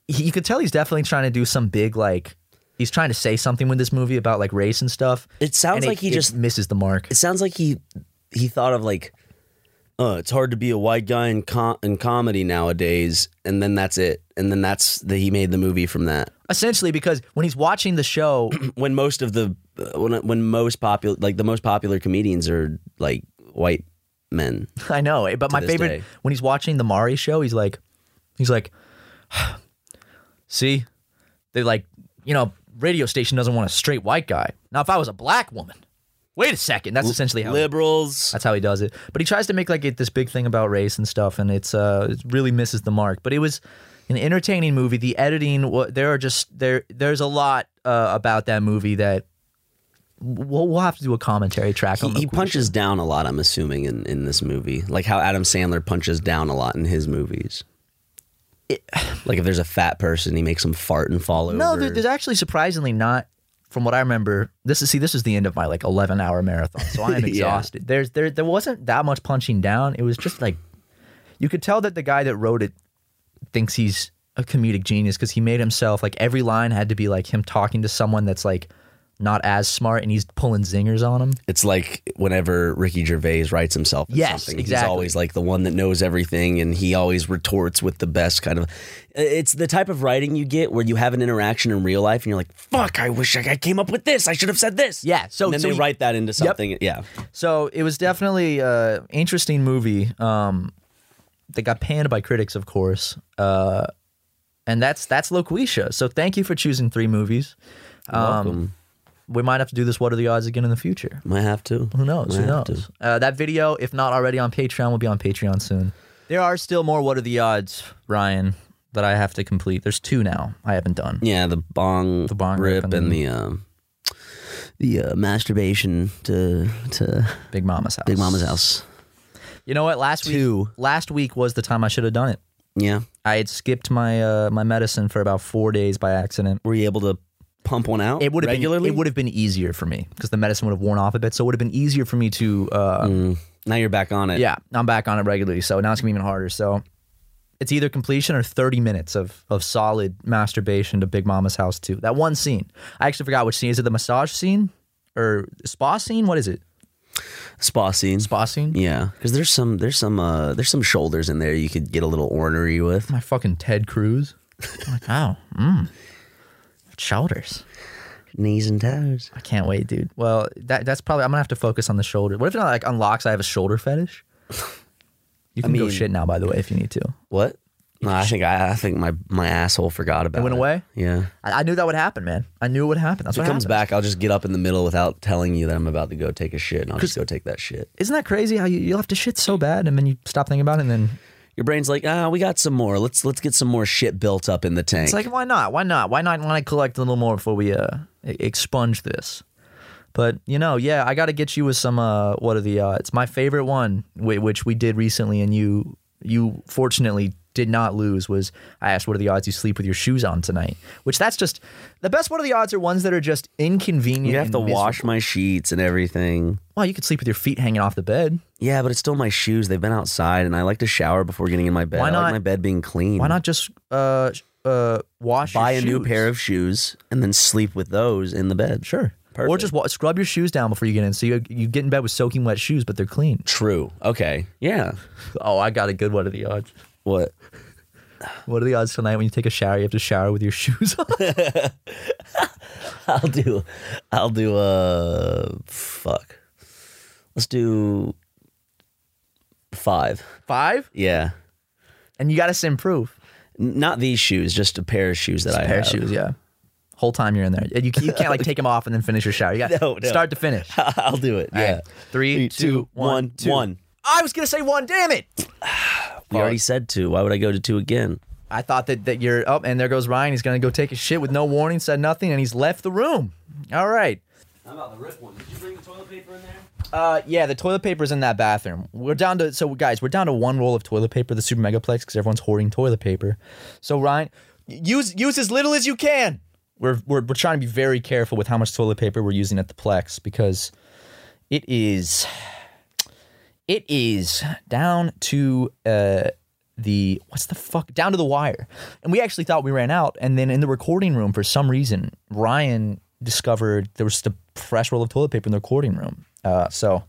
[SPEAKER 3] he- you could tell he's definitely trying to do some big like he's trying to say something with this movie about like race and stuff.
[SPEAKER 2] It sounds
[SPEAKER 3] And
[SPEAKER 2] like he
[SPEAKER 3] it
[SPEAKER 2] just-
[SPEAKER 3] misses the mark.
[SPEAKER 2] It sounds like he he thought of like, oh, it's hard to be a white guy in com- in comedy nowadays, and then that's it, and then that's the he made the movie from that.
[SPEAKER 3] Essentially, because when he's watching the show,
[SPEAKER 2] When most of the uh, when when most popular like the most popular comedians are like white men.
[SPEAKER 3] I know, eh, but my
[SPEAKER 2] this
[SPEAKER 3] favorite
[SPEAKER 2] day.
[SPEAKER 3] when he's watching the Mari show, he's like, he's like, see, they like, you know, radio station doesn't want a straight white guy. Now, if I was a black woman, wait a second, that's essentially how
[SPEAKER 2] Liberals.
[SPEAKER 3] that's how he does it. But he tries to make like it, this big thing about race and stuff, and it's uh, it really misses the mark. But it was an entertaining movie. The editing, wa- there are just there, there's a lot uh, about that movie that. We'll, we'll have to do a commentary track
[SPEAKER 2] He,
[SPEAKER 3] on the
[SPEAKER 2] he punches down a lot, I'm assuming, in, in this movie. Like how Adam Sandler punches down a lot in his movies. like if there's a fat person, he makes them fart and fall over.
[SPEAKER 3] No, there, there's actually surprisingly not. From what I remember, this is see, this is the end of my like 11 hour marathon, so I am
[SPEAKER 2] Yeah.
[SPEAKER 3] exhausted. There's there there wasn't that much punching down. It was just like you could tell that the guy that wrote it thinks he's a comedic genius because he made himself like every line had to be like him talking to someone that's like not as smart and he's pulling zingers on him.
[SPEAKER 2] It's like whenever Ricky Gervais writes himself. in
[SPEAKER 3] Yes,
[SPEAKER 2] something, He's
[SPEAKER 3] exactly.
[SPEAKER 2] always like the one that knows everything, and he always retorts with the best kind of. It's the type of writing you get where you have an interaction in real life, and you're like, "Fuck! I wish I I came up with this. I should have said this."
[SPEAKER 3] Yeah, so-
[SPEAKER 2] and then
[SPEAKER 3] so
[SPEAKER 2] they
[SPEAKER 3] he-
[SPEAKER 2] write that into something. Yeah,
[SPEAKER 3] So it was definitely a interesting movie. Um, that got panned by critics, of course. Uh, and that's that's Loquisha. So thank you for choosing three movies. Um,
[SPEAKER 2] welcome.
[SPEAKER 3] We might have to do this. What are the odds again in the future?
[SPEAKER 2] Might have to.
[SPEAKER 3] Who knows? Who
[SPEAKER 2] Might have to.
[SPEAKER 3] knows? Uh, that video, if not already on Patreon, will be on Patreon soon. There are still more. What are the odds, Ryan? That I have to complete. There's two now. I haven't done.
[SPEAKER 2] Yeah, the bong, the
[SPEAKER 3] bong
[SPEAKER 2] rip,
[SPEAKER 3] rip
[SPEAKER 2] and,
[SPEAKER 3] and
[SPEAKER 2] the um, the uh, masturbation to to
[SPEAKER 3] Big Mama's house.
[SPEAKER 2] Big Mama's house.
[SPEAKER 3] You know what? Last
[SPEAKER 2] Two.
[SPEAKER 3] week. Last week was the time I should have done it.
[SPEAKER 2] Yeah,
[SPEAKER 3] I had skipped my uh, my medicine for about four days by accident.
[SPEAKER 2] were you able to pump one out?
[SPEAKER 3] It would have
[SPEAKER 2] regularly.
[SPEAKER 3] been it would have been easier for me because the medicine would have worn off a bit, so it would have been easier for me to. Uh,
[SPEAKER 2] Mm. now you're back on it.
[SPEAKER 3] Yeah, I'm back on it regularly, so now it's gonna be even harder. So it's either completion or 30 minutes of of solid masturbation to Big Mama's house too. That one scene, I actually forgot which scene. Is it the massage scene or spa scene? What is it?
[SPEAKER 2] spa scene.
[SPEAKER 3] Spa scene.
[SPEAKER 2] Yeah, because there's some there's some uh there's some shoulders in there you could get a little ornery with.
[SPEAKER 3] My fucking Ted Cruz. I'm like, wow, mm. shoulders.
[SPEAKER 2] Knees and toes.
[SPEAKER 3] I can't wait, dude. Well, that that's probably I'm gonna have to focus on the shoulder. What if it like unlocks? I have a shoulder fetish. You can go
[SPEAKER 2] mean-
[SPEAKER 3] shit now, by the way, if you need to.
[SPEAKER 2] What? No, I think I, I think my my asshole forgot about it.
[SPEAKER 3] went away?
[SPEAKER 2] Yeah.
[SPEAKER 3] I, I knew that would happen, man. I knew it would happen. That's
[SPEAKER 2] If it
[SPEAKER 3] what
[SPEAKER 2] comes
[SPEAKER 3] happens.
[SPEAKER 2] back, I'll just get up in the middle without telling you that I'm about to go take a shit, and I'll just go take that shit.
[SPEAKER 3] Isn't that crazy? How you you'll have to shit so bad, and then you stop thinking about it, and then
[SPEAKER 2] Your brain's like, ah, we got some more. Let's let's get some more shit built up in the tank.
[SPEAKER 3] it's like, why not? Why not? Why not? Why not collect a little more before we uh e- expunge this? But you know, yeah, I got to get you with some. Uh, what are the? Uh, it's my favorite one, whi- which we did recently, and you you fortunately did not lose was I asked, "What are the odds you sleep with your shoes on tonight?" Which that's just the best. What are the odds are ones that are just inconvenient.
[SPEAKER 2] You have
[SPEAKER 3] and
[SPEAKER 2] to
[SPEAKER 3] miserable.
[SPEAKER 2] wash my sheets and everything.
[SPEAKER 3] Well, you could sleep with your feet hanging off the bed.
[SPEAKER 2] Yeah, but it's still my shoes. They've been outside, and I like to shower before getting in my bed.
[SPEAKER 3] Why
[SPEAKER 2] I like
[SPEAKER 3] not-
[SPEAKER 2] my bed being clean.
[SPEAKER 3] Why not just uh sh- uh wash?
[SPEAKER 2] buy
[SPEAKER 3] your
[SPEAKER 2] a new
[SPEAKER 3] shoes?
[SPEAKER 2] pair of shoes and then sleep with those in the bed?
[SPEAKER 3] Sure. Or
[SPEAKER 2] Perfect.
[SPEAKER 3] just wa- scrub your shoes down before you get in, so you you get in bed with soaking wet shoes, but they're clean.
[SPEAKER 2] True. Okay. Yeah.
[SPEAKER 3] Oh, I got a good. What are the odds?
[SPEAKER 2] What?
[SPEAKER 3] What are the odds tonight when you take a shower, you have to shower with your shoes on?
[SPEAKER 2] I'll do. I'll do. Uh. Fuck. Let's do. Five.
[SPEAKER 3] Five,
[SPEAKER 2] Yeah.
[SPEAKER 3] and you got to send proof.
[SPEAKER 2] N- Not these shoes. Just a pair of shoes that I
[SPEAKER 3] pair
[SPEAKER 2] have.
[SPEAKER 3] of shoes, yeah. Whole time you're in there, And you, you can't like take them off and then finish your shower. You got
[SPEAKER 2] No, no.
[SPEAKER 3] start to finish.
[SPEAKER 2] I'll do it.
[SPEAKER 3] All
[SPEAKER 2] yeah.
[SPEAKER 3] right. Three, two, one, two.
[SPEAKER 2] one.
[SPEAKER 3] I was gonna say one. Damn it!
[SPEAKER 2] We already said two. Why would I go to two again?
[SPEAKER 3] I thought that that you're up, and there goes Ryan. He's gonna go take a shit with no warning, said nothing, and he's left the room. All right.
[SPEAKER 2] I'm about to rip one. Did you bring the toilet paper in there?
[SPEAKER 3] Uh, yeah, the toilet paper's in that bathroom. We're down to so guys, we're down to one roll of toilet paper, the super megaplex, because everyone's hoarding toilet paper. So Ryan, y- use use as little as you can. We're, we're we're trying to be very careful with how much toilet paper we're using at the plex because it is it is down to uh the what's the fuck down to the wire and we actually thought we ran out and then in the recording room for some reason ryan discovered there was just a fresh roll of toilet paper in the recording room uh, so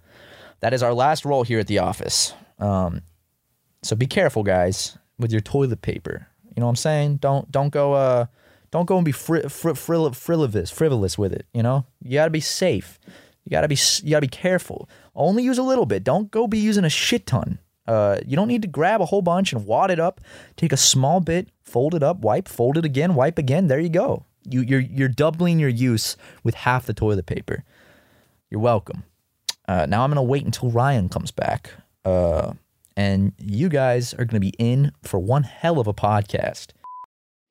[SPEAKER 3] that is our last roll here at the office um, so be careful guys with your toilet paper you know what i'm saying don't don't go uh don't go and be fri- fri- fril- frivolous frivolous with it you know you gotta be safe you gotta be s- you gotta be careful only use a little bit don't go be using a shit ton uh, you don't need to grab a whole bunch and wad it up. Take a small bit, fold it up, wipe, fold it again, wipe again. There you go. You, you're you're doubling your use with half the toilet paper. You're welcome. Uh, now I'm gonna wait until Ryan comes back, uh, and you guys are gonna be in for one hell of a podcast.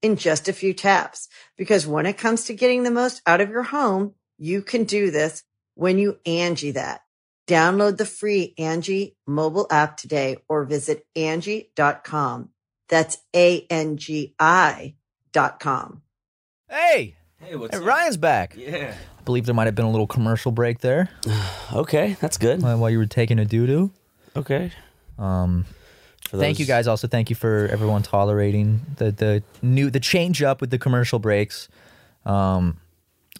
[SPEAKER 1] in just a few taps. Because when it comes to getting the most out of your home, you can do this when you Angie that. Download the free Angie mobile app today or visit Angie.com. That's A-N-G-I dot com.
[SPEAKER 3] Hey,
[SPEAKER 2] Hey, what's
[SPEAKER 3] hey Ryan's back.
[SPEAKER 2] Yeah.
[SPEAKER 3] I believe there might have been a little commercial break there
[SPEAKER 2] Okay, that's good.
[SPEAKER 3] uh, while you were taking a doo doo.
[SPEAKER 2] Okay.
[SPEAKER 3] Um,
[SPEAKER 2] For
[SPEAKER 3] Thank you
[SPEAKER 2] those-
[SPEAKER 3] guys. Also, thank you for everyone tolerating the the new the change up with the commercial breaks. Um,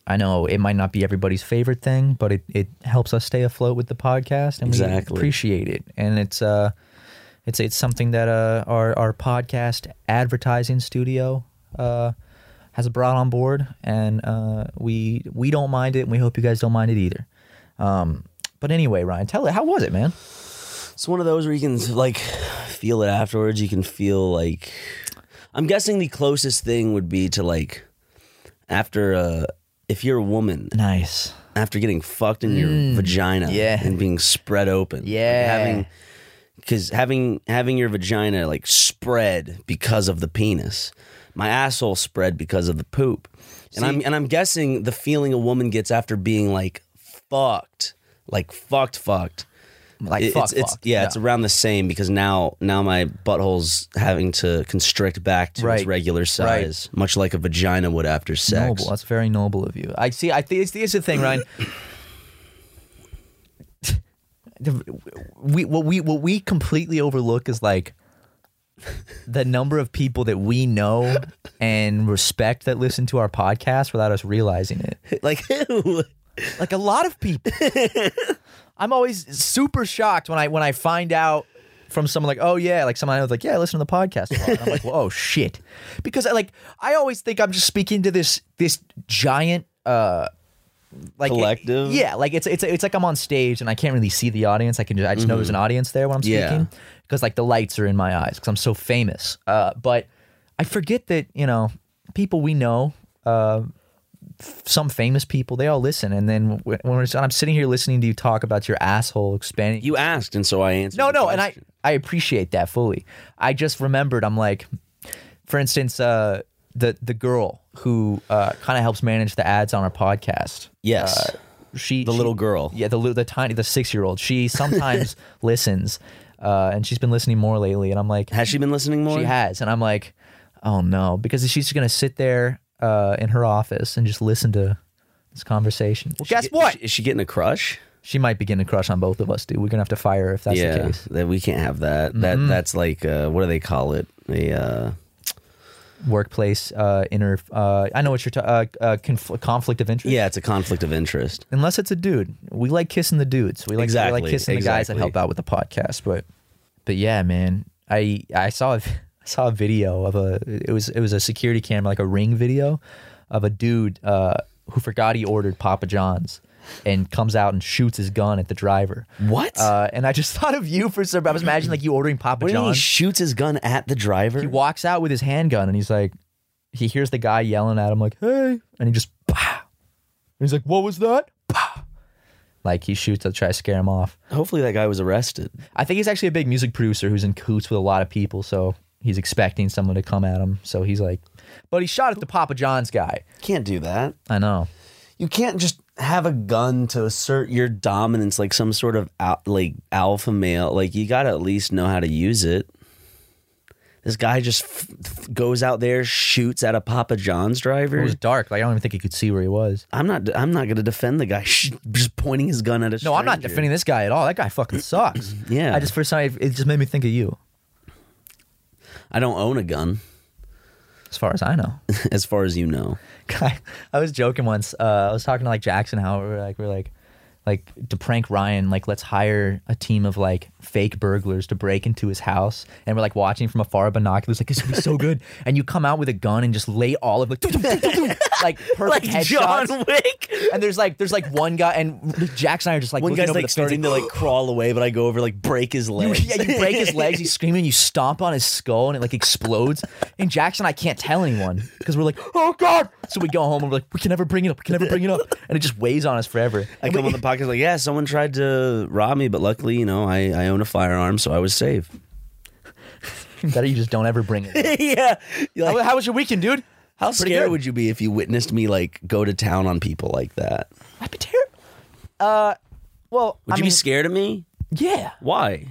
[SPEAKER 3] I know it might not be everybody's favorite thing, but it, it helps us stay afloat with the podcast, and
[SPEAKER 2] Exactly.
[SPEAKER 3] we appreciate it. And it's uh, it's it's something that uh our our podcast advertising studio uh has brought on board, and uh we we don't mind it, and we hope you guys don't mind it either. Um, but anyway, Ryan, tell it how was it, man?
[SPEAKER 2] It's one of those where you can like feel it afterwards. You can feel like I'm guessing the closest thing would be to like after uh if you're a woman
[SPEAKER 3] Nice.
[SPEAKER 2] after getting fucked in your vagina
[SPEAKER 3] Mm. yeah.
[SPEAKER 2] and being spread open. Like,
[SPEAKER 3] Yeah.
[SPEAKER 2] having cuz having having your vagina like spread because of the penis. My asshole spread because of the poop. And I'm and I'm guessing the feeling a woman gets after being like fucked, like fucked fucked.
[SPEAKER 3] Like
[SPEAKER 2] It-
[SPEAKER 3] fuck,
[SPEAKER 2] it's, it's
[SPEAKER 3] fuck.
[SPEAKER 2] yeah, it's around the same because now now my butthole's having to constrict back to
[SPEAKER 3] Right.
[SPEAKER 2] its regular size, much like a vagina would after sex.
[SPEAKER 3] Noble. That's very noble of you. I see. I think it's, it's the thing, Ryan. The- we what we what we completely overlook is like the number of people that we know and respect that listen to our podcast without us realizing it.
[SPEAKER 2] like who?
[SPEAKER 3] like a lot of people. I'm always super shocked when I when I find out from someone like, oh yeah, like someone I was like, yeah, I listen to the podcast. A lot. And I'm like, well, oh shit, because I, like I always think I'm just speaking to this this giant uh like
[SPEAKER 2] Collective?
[SPEAKER 3] yeah, like it's it's it's like I'm on stage and I can't really see the audience. I can just, I just know there's an audience there when I'm
[SPEAKER 2] Mm-hmm. Yeah.
[SPEAKER 3] speaking because like the lights are in my eyes because I'm so famous. Uh, but I forget that you know people we know. Uh, some famous people they all listen and then when, when we're, i'm sitting here listening to you talk about your asshole expanding
[SPEAKER 2] You asked, and so I answered.
[SPEAKER 3] no
[SPEAKER 2] the
[SPEAKER 3] no and i
[SPEAKER 2] question.
[SPEAKER 3] i appreciate that fully i just remembered i'm like for instance uh the the girl who uh kind of helps manage the ads on our podcast
[SPEAKER 2] yes,
[SPEAKER 3] she
[SPEAKER 2] the
[SPEAKER 3] she-
[SPEAKER 2] little girl.
[SPEAKER 3] yeah the li- the tiny the six year old she sometimes listens uh and she's been listening more lately and i'm like
[SPEAKER 2] Has she been listening more?
[SPEAKER 3] she has and i'm like oh no because she's gonna sit there uh in her office and just listen to this conversation well guess
[SPEAKER 2] Is she-
[SPEAKER 3] what
[SPEAKER 2] Is she getting a crush?
[SPEAKER 3] she might begin to crush on both of us dude we're gonna have to fire her if that's the
[SPEAKER 2] yeah,
[SPEAKER 3] case
[SPEAKER 2] that we can't have that. That
[SPEAKER 3] Mm-hmm.
[SPEAKER 2] that's like uh, what do they call it? A uh,
[SPEAKER 3] workplace uh inner uh i know what you're ta- uh, uh conf- conflict of interest
[SPEAKER 2] yeah, it's a conflict of interest.
[SPEAKER 3] unless it's a dude we like kissing the dudes we like we
[SPEAKER 2] Exactly,
[SPEAKER 3] like kissing the guys that
[SPEAKER 2] exactly.
[SPEAKER 3] help out with the podcast but but yeah man i i saw a, I saw a video of a it was it was a security camera like a ring video of a dude uh who forgot he ordered papa john's and comes out and shoots his gun at the driver
[SPEAKER 2] What?
[SPEAKER 3] uh, and I just thought of you for some. I was imagining like you ordering Papa
[SPEAKER 2] What do you mean he
[SPEAKER 3] John's.
[SPEAKER 2] shoots his gun at the driver?
[SPEAKER 3] he walks out with his handgun and he's like, he hears the guy yelling at him like, "Hey!" and he just, pow. And he's like, "What was that?" Pow. Like he shoots to try to scare him off.
[SPEAKER 2] Hopefully that guy was arrested.
[SPEAKER 3] I think he's actually a big music producer who's in coots with a lot of people, so he's expecting someone to come at him. So he's like, but he shot at the Papa John's guy.
[SPEAKER 2] Can't do that.
[SPEAKER 3] I know.
[SPEAKER 2] You can't just have a gun to assert your dominance like some sort of al- like alpha male. Like you got to at least know how to use it. This guy just f- f- goes out there, shoots at a Papa John's
[SPEAKER 3] It
[SPEAKER 2] driver.
[SPEAKER 3] was dark. Like I don't even think he could see where he was.
[SPEAKER 2] I'm not. I'm not going to defend the guy sh- just pointing his gun at a.
[SPEAKER 3] No, I'm not
[SPEAKER 2] stranger.
[SPEAKER 3] defending this guy at all. That guy fucking sucks.
[SPEAKER 2] Yeah.
[SPEAKER 3] I just for some it just made me think of you.
[SPEAKER 2] I don't own a gun,
[SPEAKER 3] As far as I know.
[SPEAKER 2] as far as you know.
[SPEAKER 3] guy I was joking once. Uh, I was talking to like Jackson how we were like we are like like to prank Ryan, like let's hire a team of like fake burglars to break into his house and we're like watching from afar with binoculars, like this would be so good. And you come out with a gun and just lay all of like like perfect headshots.
[SPEAKER 2] Wick.
[SPEAKER 3] And there's like there's like one guy and Jackson and I are just like
[SPEAKER 2] One
[SPEAKER 3] looking
[SPEAKER 2] guy's
[SPEAKER 3] over
[SPEAKER 2] like
[SPEAKER 3] the fence,
[SPEAKER 2] starting to like crawl away, but I go over like break his legs.
[SPEAKER 3] yeah, you break his legs, he's screaming, you stomp on his skull, and it like explodes. And Jackson, I can't tell anyone because we're like, oh god. So we go home and we're like, we can never bring it up, we can never bring it up, and it just weighs on us forever.
[SPEAKER 2] I come on the podcast like, yeah, someone tried to rob me, but luckily, you know, I, I own a firearm, so I was safe.
[SPEAKER 3] Better you just don't ever bring it. Up.
[SPEAKER 2] yeah. You're like,
[SPEAKER 3] How, how was your weekend, dude?
[SPEAKER 2] how
[SPEAKER 3] pretty
[SPEAKER 2] scared
[SPEAKER 3] good.
[SPEAKER 2] would you be if you witnessed me like go to town on people like that?
[SPEAKER 3] I'd be terrible. Uh, well,
[SPEAKER 2] Would
[SPEAKER 3] I
[SPEAKER 2] you be
[SPEAKER 3] mean,
[SPEAKER 2] scared of me?
[SPEAKER 3] yeah,
[SPEAKER 2] Why?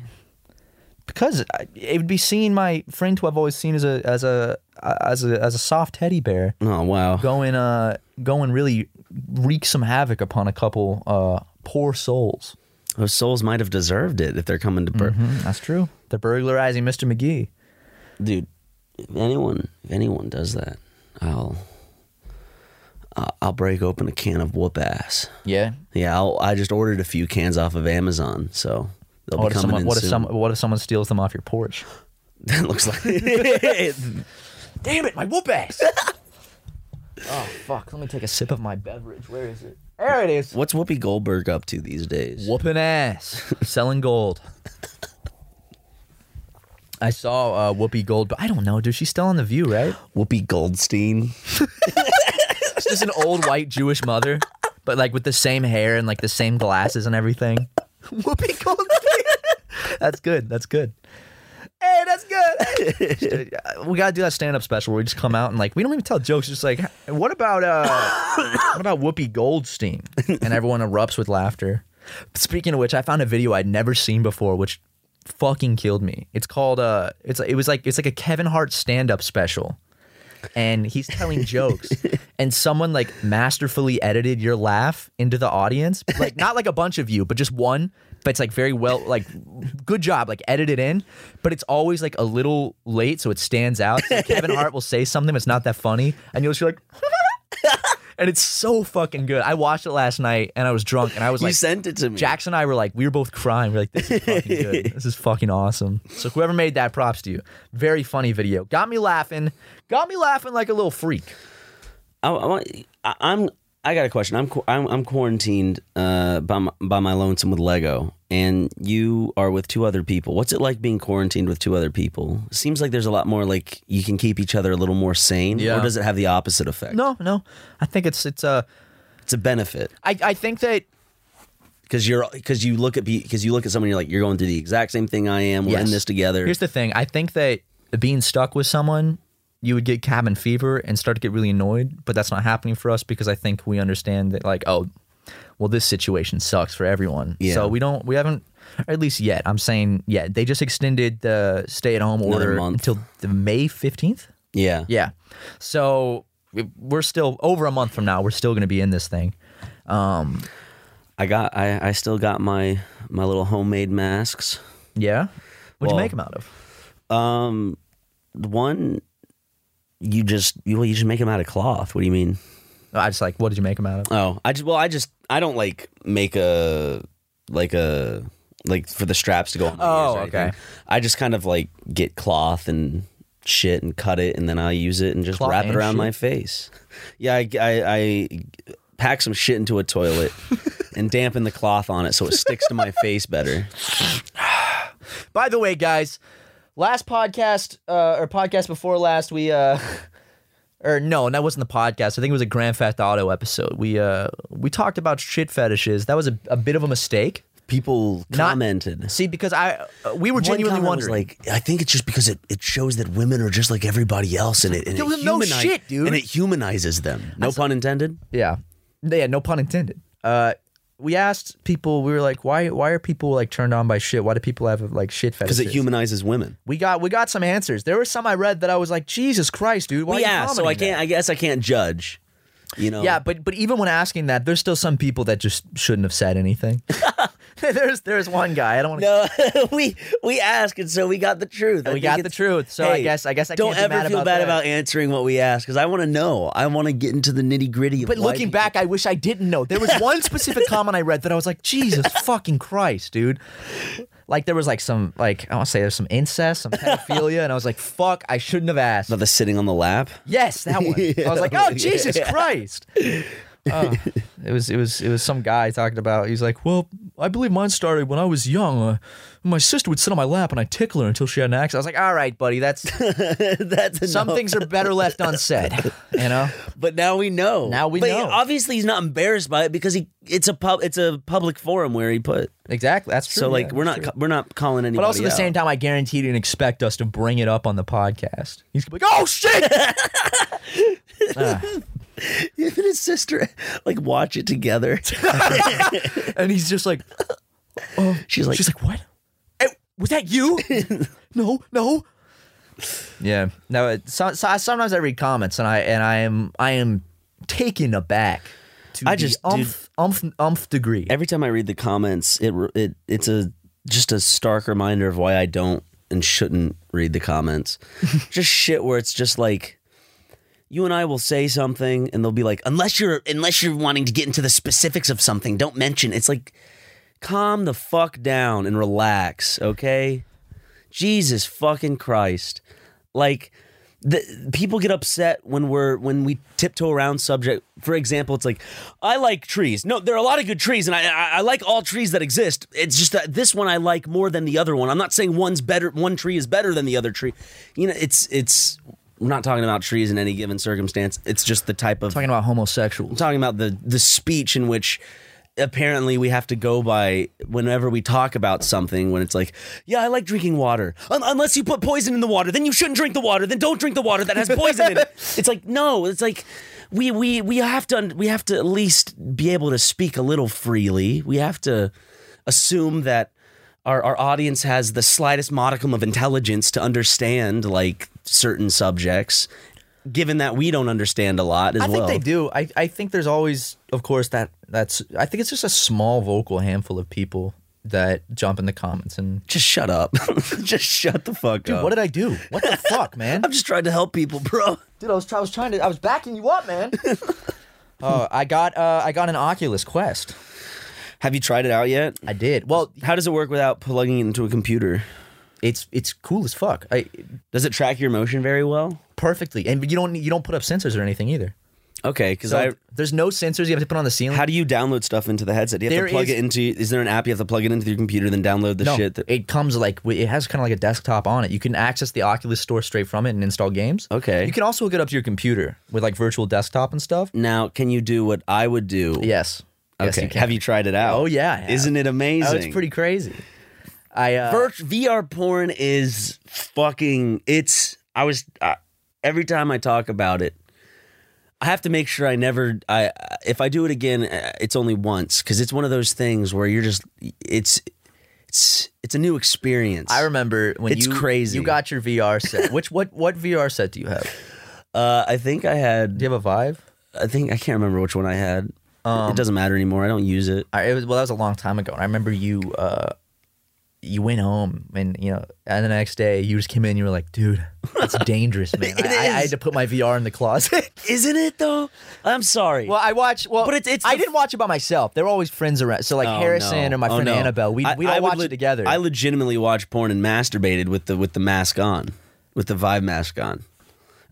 [SPEAKER 3] because I, it would be seeing my friend who I've always seen as a as a as a as a soft teddy bear.
[SPEAKER 2] Oh wow.
[SPEAKER 3] go and uh, go and really wreak some havoc upon a couple uh, poor souls.
[SPEAKER 2] Those souls might have deserved it if they're coming to birth.
[SPEAKER 3] Mm, That's true. They're burglarizing Mr. McGee.
[SPEAKER 2] dude if anyone if anyone does that i'll I- i'll break open a can of whoop ass
[SPEAKER 3] Yeah.
[SPEAKER 2] yeah I'll, i just ordered a few cans off of amazon so they'll
[SPEAKER 3] What
[SPEAKER 2] be coming
[SPEAKER 3] if someone?
[SPEAKER 2] in
[SPEAKER 3] What if
[SPEAKER 2] soon.
[SPEAKER 3] some? What if someone steals them off your porch?
[SPEAKER 2] that looks like
[SPEAKER 3] Damn it, my whoop ass! oh fuck! Let me take a sip of my beverage. Where is it? There it is.
[SPEAKER 2] what's whoopi goldberg up to these days
[SPEAKER 3] Whooping ass, selling gold. I saw uh, Whoopi Gold, but I don't know, dude. She's still on the View, right?
[SPEAKER 2] whoopi goldstein
[SPEAKER 3] It's just an old white Jewish mother, but like with the same hair and like the same glasses and everything. Whoopi Goldberg. that's good. That's good. Hey, that's good. we gotta do that stand-up special where we just come out and like we don't even tell jokes. Just like, what about uh, what about Whoopi Goldstein? And everyone erupts with laughter. Speaking of which, I found a video I'd never seen before, which fucking killed me. It's called uh, it's it was like it's like a Kevin Hart stand-up special and he's telling jokes and someone like masterfully edited your laugh into the audience like not like a bunch of you but just one but it's like very well, like good job, like edited in. But it's always like a little late, so it stands out. So Kevin Hart will say something that's not that funny, and you'll just be like, and it's so fucking good. I watched it last night, and I was drunk, and I was
[SPEAKER 2] You
[SPEAKER 3] like,
[SPEAKER 2] sent it to me.
[SPEAKER 3] Jax and I were like, we were both crying. We're like, this is fucking good. this is fucking awesome. So whoever made that, props to you. Very funny video. Got me laughing. Got me laughing like a little freak.
[SPEAKER 2] I, I, want- I- I'm. I got a question. I'm qu- I'm, I'm quarantined uh, by my, by my lonesome with Lego, and you are with two other people. What's it like being quarantined with two other people? Seems like there's a lot more like you can keep each other a little more sane.
[SPEAKER 3] Yeah.
[SPEAKER 2] Or does it have the opposite effect?
[SPEAKER 3] No, no. I think it's it's uh
[SPEAKER 2] it's a benefit
[SPEAKER 3] I, I think that
[SPEAKER 2] because you're because you look at because you look at someone, you're like you're going through the exact same thing I am. We're
[SPEAKER 3] Yes.
[SPEAKER 2] in this together.
[SPEAKER 3] here's the thing. I think that being stuck with someone, you would get cabin fever and start to get really annoyed, but that's not happening for us because I think we understand that like, oh, well, this situation sucks for everyone.
[SPEAKER 2] Yeah.
[SPEAKER 3] So we don't we haven't or at least yet. I'm saying yeah, they just extended the stay at home
[SPEAKER 2] Another
[SPEAKER 3] order
[SPEAKER 2] month.
[SPEAKER 3] until the May fifteenth.
[SPEAKER 2] yeah.
[SPEAKER 3] Yeah. So we- we're still over a month from now. We're still going to be in this thing. Um,
[SPEAKER 2] I got I I still got my my little homemade masks.
[SPEAKER 3] Yeah. What'd
[SPEAKER 2] Well-
[SPEAKER 3] you make them out of?
[SPEAKER 2] Um, one, you just you, well, you just make them out of cloth. What do you mean?
[SPEAKER 3] I just like, what did you make them out of?
[SPEAKER 2] Oh, I just well, I just I don't like make a like a like for the straps to go on. My
[SPEAKER 3] Oh,
[SPEAKER 2] ears or
[SPEAKER 3] okay.
[SPEAKER 2] anything. I just kind of like get cloth and shit and cut it and then I use it and just
[SPEAKER 3] Cloth
[SPEAKER 2] wrap it
[SPEAKER 3] and
[SPEAKER 2] around
[SPEAKER 3] shit?
[SPEAKER 2] my face. Yeah, I, I, I pack some shit into a toilet. And dampen the cloth on it so it sticks to my face better.
[SPEAKER 3] By the way, guys, last podcast uh, or podcast before last, we uh, or no, and that wasn't the podcast. I think it was a Grand Theft Auto episode. We uh, we talked about shit fetishes. That was a, a bit of a mistake.
[SPEAKER 2] People
[SPEAKER 3] Not-
[SPEAKER 2] commented.
[SPEAKER 3] See, because I uh, we were
[SPEAKER 2] One
[SPEAKER 3] genuinely
[SPEAKER 2] comment was
[SPEAKER 3] wondering.
[SPEAKER 2] like, I think it's just because it, it shows that women are just like everybody else, and it and it,
[SPEAKER 3] Dude, no
[SPEAKER 2] humani-
[SPEAKER 3] shit, dude.
[SPEAKER 2] and it humanizes them. No pun intended.
[SPEAKER 3] Yeah. Yeah, no pun intended. Uh we asked people, we were like, why why are people like turned on by shit? Why do people have like shit fetishes?
[SPEAKER 2] Because it humanizes women.
[SPEAKER 3] we got we got some answers. There were some I read that I was like, Jesus Christ, dude. Why are
[SPEAKER 2] Well,
[SPEAKER 3] you
[SPEAKER 2] yeah, so I
[SPEAKER 3] commenting
[SPEAKER 2] can't. I guess I can't judge. You know.
[SPEAKER 3] that? Yeah, but but even when asking that, there's still some people that just shouldn't have said anything. there's there's one guy. I don't want to
[SPEAKER 2] No, we we ask, and so we got the truth. I
[SPEAKER 3] we
[SPEAKER 2] think
[SPEAKER 3] got the
[SPEAKER 2] it's-
[SPEAKER 3] truth. So I
[SPEAKER 2] Hey,
[SPEAKER 3] guess I guess I
[SPEAKER 2] don't
[SPEAKER 3] can't be
[SPEAKER 2] ever
[SPEAKER 3] mad
[SPEAKER 2] feel
[SPEAKER 3] about
[SPEAKER 2] bad
[SPEAKER 3] that.
[SPEAKER 2] about answering what we ask because I want to know. I want to get into the nitty gritty.
[SPEAKER 3] But looking back, I wish I didn't know. There was one specific comment I read that I was like, Jesus fucking Christ, dude. Like there was like some like I want to say there's some incest, some pedophilia, and I was like, fuck, I shouldn't have asked.
[SPEAKER 2] the sitting on the lap.
[SPEAKER 3] Yes, that one. I was like, oh Jesus Christ. Uh, it was it was it was some guy talking about. He's like, well, I believe mine started when I was young. Uh, my sister would sit on my lap and I tickle her until she had an accent. I was like, all right, buddy, that's
[SPEAKER 2] That's enough.
[SPEAKER 3] some things are better left unsaid. You know,
[SPEAKER 2] But now we know.
[SPEAKER 3] Now we
[SPEAKER 2] But
[SPEAKER 3] know.
[SPEAKER 2] Obviously, he's not embarrassed by it because he it's a pub it's a public forum where he put.
[SPEAKER 3] exactly. That's true.
[SPEAKER 2] So like
[SPEAKER 3] yeah,
[SPEAKER 2] we're
[SPEAKER 3] that's
[SPEAKER 2] not
[SPEAKER 3] true.
[SPEAKER 2] ca- we're not calling anybody.
[SPEAKER 3] But also at the
[SPEAKER 2] out.
[SPEAKER 3] same time, I guarantee he didn't expect us to bring it up on the podcast. He's gonna be like, "Oh shit!" Ah.
[SPEAKER 2] him and his sister like watch it together.
[SPEAKER 3] and he's just like, "Oh."
[SPEAKER 2] She's like-
[SPEAKER 3] "She's like, what? Eh, was that you? no, no." Yeah. No. It, so, so I, sometimes I read comments and I and I am I am taken aback. To
[SPEAKER 2] I
[SPEAKER 3] the
[SPEAKER 2] just-
[SPEAKER 3] umph umph umph degree.
[SPEAKER 2] Every time I read the comments, it re- it it's a just a stark reminder of why I don't and shouldn't read the comments. just shit where it's just like you and I will say something and they'll be like unless you're unless you're wanting to get into the specifics of something, don't mention. It's like calm the fuck down and relax, okay? Jesus fucking Christ. Like the, people get upset when we're when we tiptoe around subject. For example, it's like I like trees. No, there are a lot of good trees, and I, I I like all trees that exist. It's just that this one I like more than the other one. I'm not saying one's better. One tree is better than the other tree. You know, it's it's. We're not talking about trees in any given circumstance. It's just the type of
[SPEAKER 3] Talking about homosexuals.
[SPEAKER 2] talking about the the speech in which apparently we have to go by whenever we talk about something when it's like yeah i like drinking water Un- unless you put poison in the water then you shouldn't drink the water then don't drink the water that has poison in it it's like no it's like we we we have to we have to at least be able to speak a little freely we have to assume that our, our audience has the slightest modicum of intelligence to understand like certain subjects given that we don't understand a lot as
[SPEAKER 3] I
[SPEAKER 2] well
[SPEAKER 3] think they do. I, I think there's always, of course, that that's. I think it's just a small vocal handful of people that jump in the comments and uh,
[SPEAKER 2] Just shut up. just shut the fuck
[SPEAKER 3] dude,
[SPEAKER 2] up.
[SPEAKER 3] what did I do? What the fuck, man?
[SPEAKER 2] I'm just trying to help people, bro.
[SPEAKER 3] Dude, I was I was trying to I was backing you up, man. Oh, I got uh, I got an Oculus Quest.
[SPEAKER 2] Have you tried it out yet?
[SPEAKER 3] I did. Well,
[SPEAKER 2] How does it work without plugging it into a computer?
[SPEAKER 3] it's it's cool as fuck. I
[SPEAKER 2] Does it track your motion very well?
[SPEAKER 3] perfectly, and you don't you don't put up sensors or anything either.
[SPEAKER 2] Okay, because
[SPEAKER 3] So
[SPEAKER 2] I.
[SPEAKER 3] there's no sensors you have to put on the ceiling.
[SPEAKER 2] How do you download stuff into the headset? Do you have
[SPEAKER 3] There
[SPEAKER 2] to plug
[SPEAKER 3] is-
[SPEAKER 2] it into? Is there an app you have to plug it into your computer, then download the
[SPEAKER 3] no,
[SPEAKER 2] shit? That,
[SPEAKER 3] it comes like wi- it has kind of like a desktop on it. You can access the Oculus store straight from it and install games.
[SPEAKER 2] Okay.
[SPEAKER 3] You can also hook it up to your computer with like virtual desktop and stuff.
[SPEAKER 2] now, can you do what I would do?
[SPEAKER 3] Yes.
[SPEAKER 2] Okay.
[SPEAKER 3] Yes, you can.
[SPEAKER 2] Have you tried it out?
[SPEAKER 3] Oh, yeah, I have.
[SPEAKER 2] Isn't it amazing?
[SPEAKER 3] Oh, it's pretty crazy. I uh,
[SPEAKER 2] Virt- VR porn is fucking. It's. I was. Uh, every time I talk about it, I have to make sure I never. I if I do it again, uh, it's only once because it's one of those things where you're just. It's. It's. It's a new experience.
[SPEAKER 3] I remember when
[SPEAKER 2] It's
[SPEAKER 3] you
[SPEAKER 2] crazy.
[SPEAKER 3] you got your VR set. Which what what VR set do you have?
[SPEAKER 2] Uh, I think I had.
[SPEAKER 3] Do you have a Vive?
[SPEAKER 2] I think I can't remember which one I had. it doesn't matter anymore. I don't use it.
[SPEAKER 3] I, it was, well, that was a long time ago, and I remember you uh, you went home, and you know, and the next day you just came in, and you were like, dude, it's dangerous, man. I,
[SPEAKER 2] It
[SPEAKER 3] I, I had
[SPEAKER 2] is.
[SPEAKER 3] to put my VR in the closet.
[SPEAKER 2] Isn't it though? I'm sorry.
[SPEAKER 3] well, I watched. Well,
[SPEAKER 2] But it's- it's
[SPEAKER 3] I
[SPEAKER 2] the-
[SPEAKER 3] didn't watch it by myself. There were always friends around, so like
[SPEAKER 2] Oh,
[SPEAKER 3] Harrison
[SPEAKER 2] no.
[SPEAKER 3] or my
[SPEAKER 2] Oh,
[SPEAKER 3] friend
[SPEAKER 2] no.
[SPEAKER 3] Annabelle, we
[SPEAKER 2] I-
[SPEAKER 3] we
[SPEAKER 2] I
[SPEAKER 3] all
[SPEAKER 2] would
[SPEAKER 3] watched
[SPEAKER 2] le-
[SPEAKER 3] it together.
[SPEAKER 2] I legitimately watched porn and masturbated with the with the mask on, with the Vive mask on,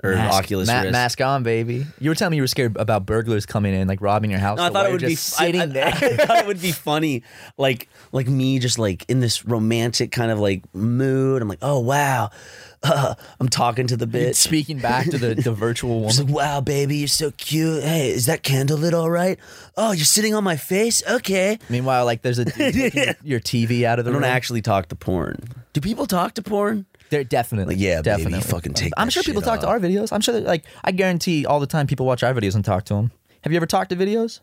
[SPEAKER 2] or
[SPEAKER 3] Mask-
[SPEAKER 2] Oculus
[SPEAKER 3] ma-
[SPEAKER 2] wrist.
[SPEAKER 3] mask on, baby. You were telling me you were scared about burglars coming in, like robbing your house.
[SPEAKER 2] No, I
[SPEAKER 3] so
[SPEAKER 2] thought
[SPEAKER 3] while
[SPEAKER 2] it would
[SPEAKER 3] you're
[SPEAKER 2] be
[SPEAKER 3] just
[SPEAKER 2] I-
[SPEAKER 3] sitting
[SPEAKER 2] I,
[SPEAKER 3] there.
[SPEAKER 2] I thought it would be funny, like like me just like in this romantic kind of like mood. I'm like, oh wow, uh, I'm talking to the bitch.
[SPEAKER 3] Speaking back to the, the virtual
[SPEAKER 2] She's
[SPEAKER 3] woman,
[SPEAKER 2] like, wow, baby, you're so cute. Hey, is that candle lit all right? Oh, you're sitting on my face? Okay.
[SPEAKER 3] meanwhile, like there's a dude taking your- your TV out of the
[SPEAKER 2] I don't
[SPEAKER 3] room.
[SPEAKER 2] actually talk to porn. Do people talk to porn?
[SPEAKER 3] They're definitely,
[SPEAKER 2] Like, yeah, baby,
[SPEAKER 3] definitely.
[SPEAKER 2] fucking take
[SPEAKER 3] I'm
[SPEAKER 2] that
[SPEAKER 3] sure people
[SPEAKER 2] shit
[SPEAKER 3] talk to
[SPEAKER 2] off.
[SPEAKER 3] our videos. I'm sure, that, like, I guarantee all the time people watch our videos and talk to them. Have you ever talked to videos?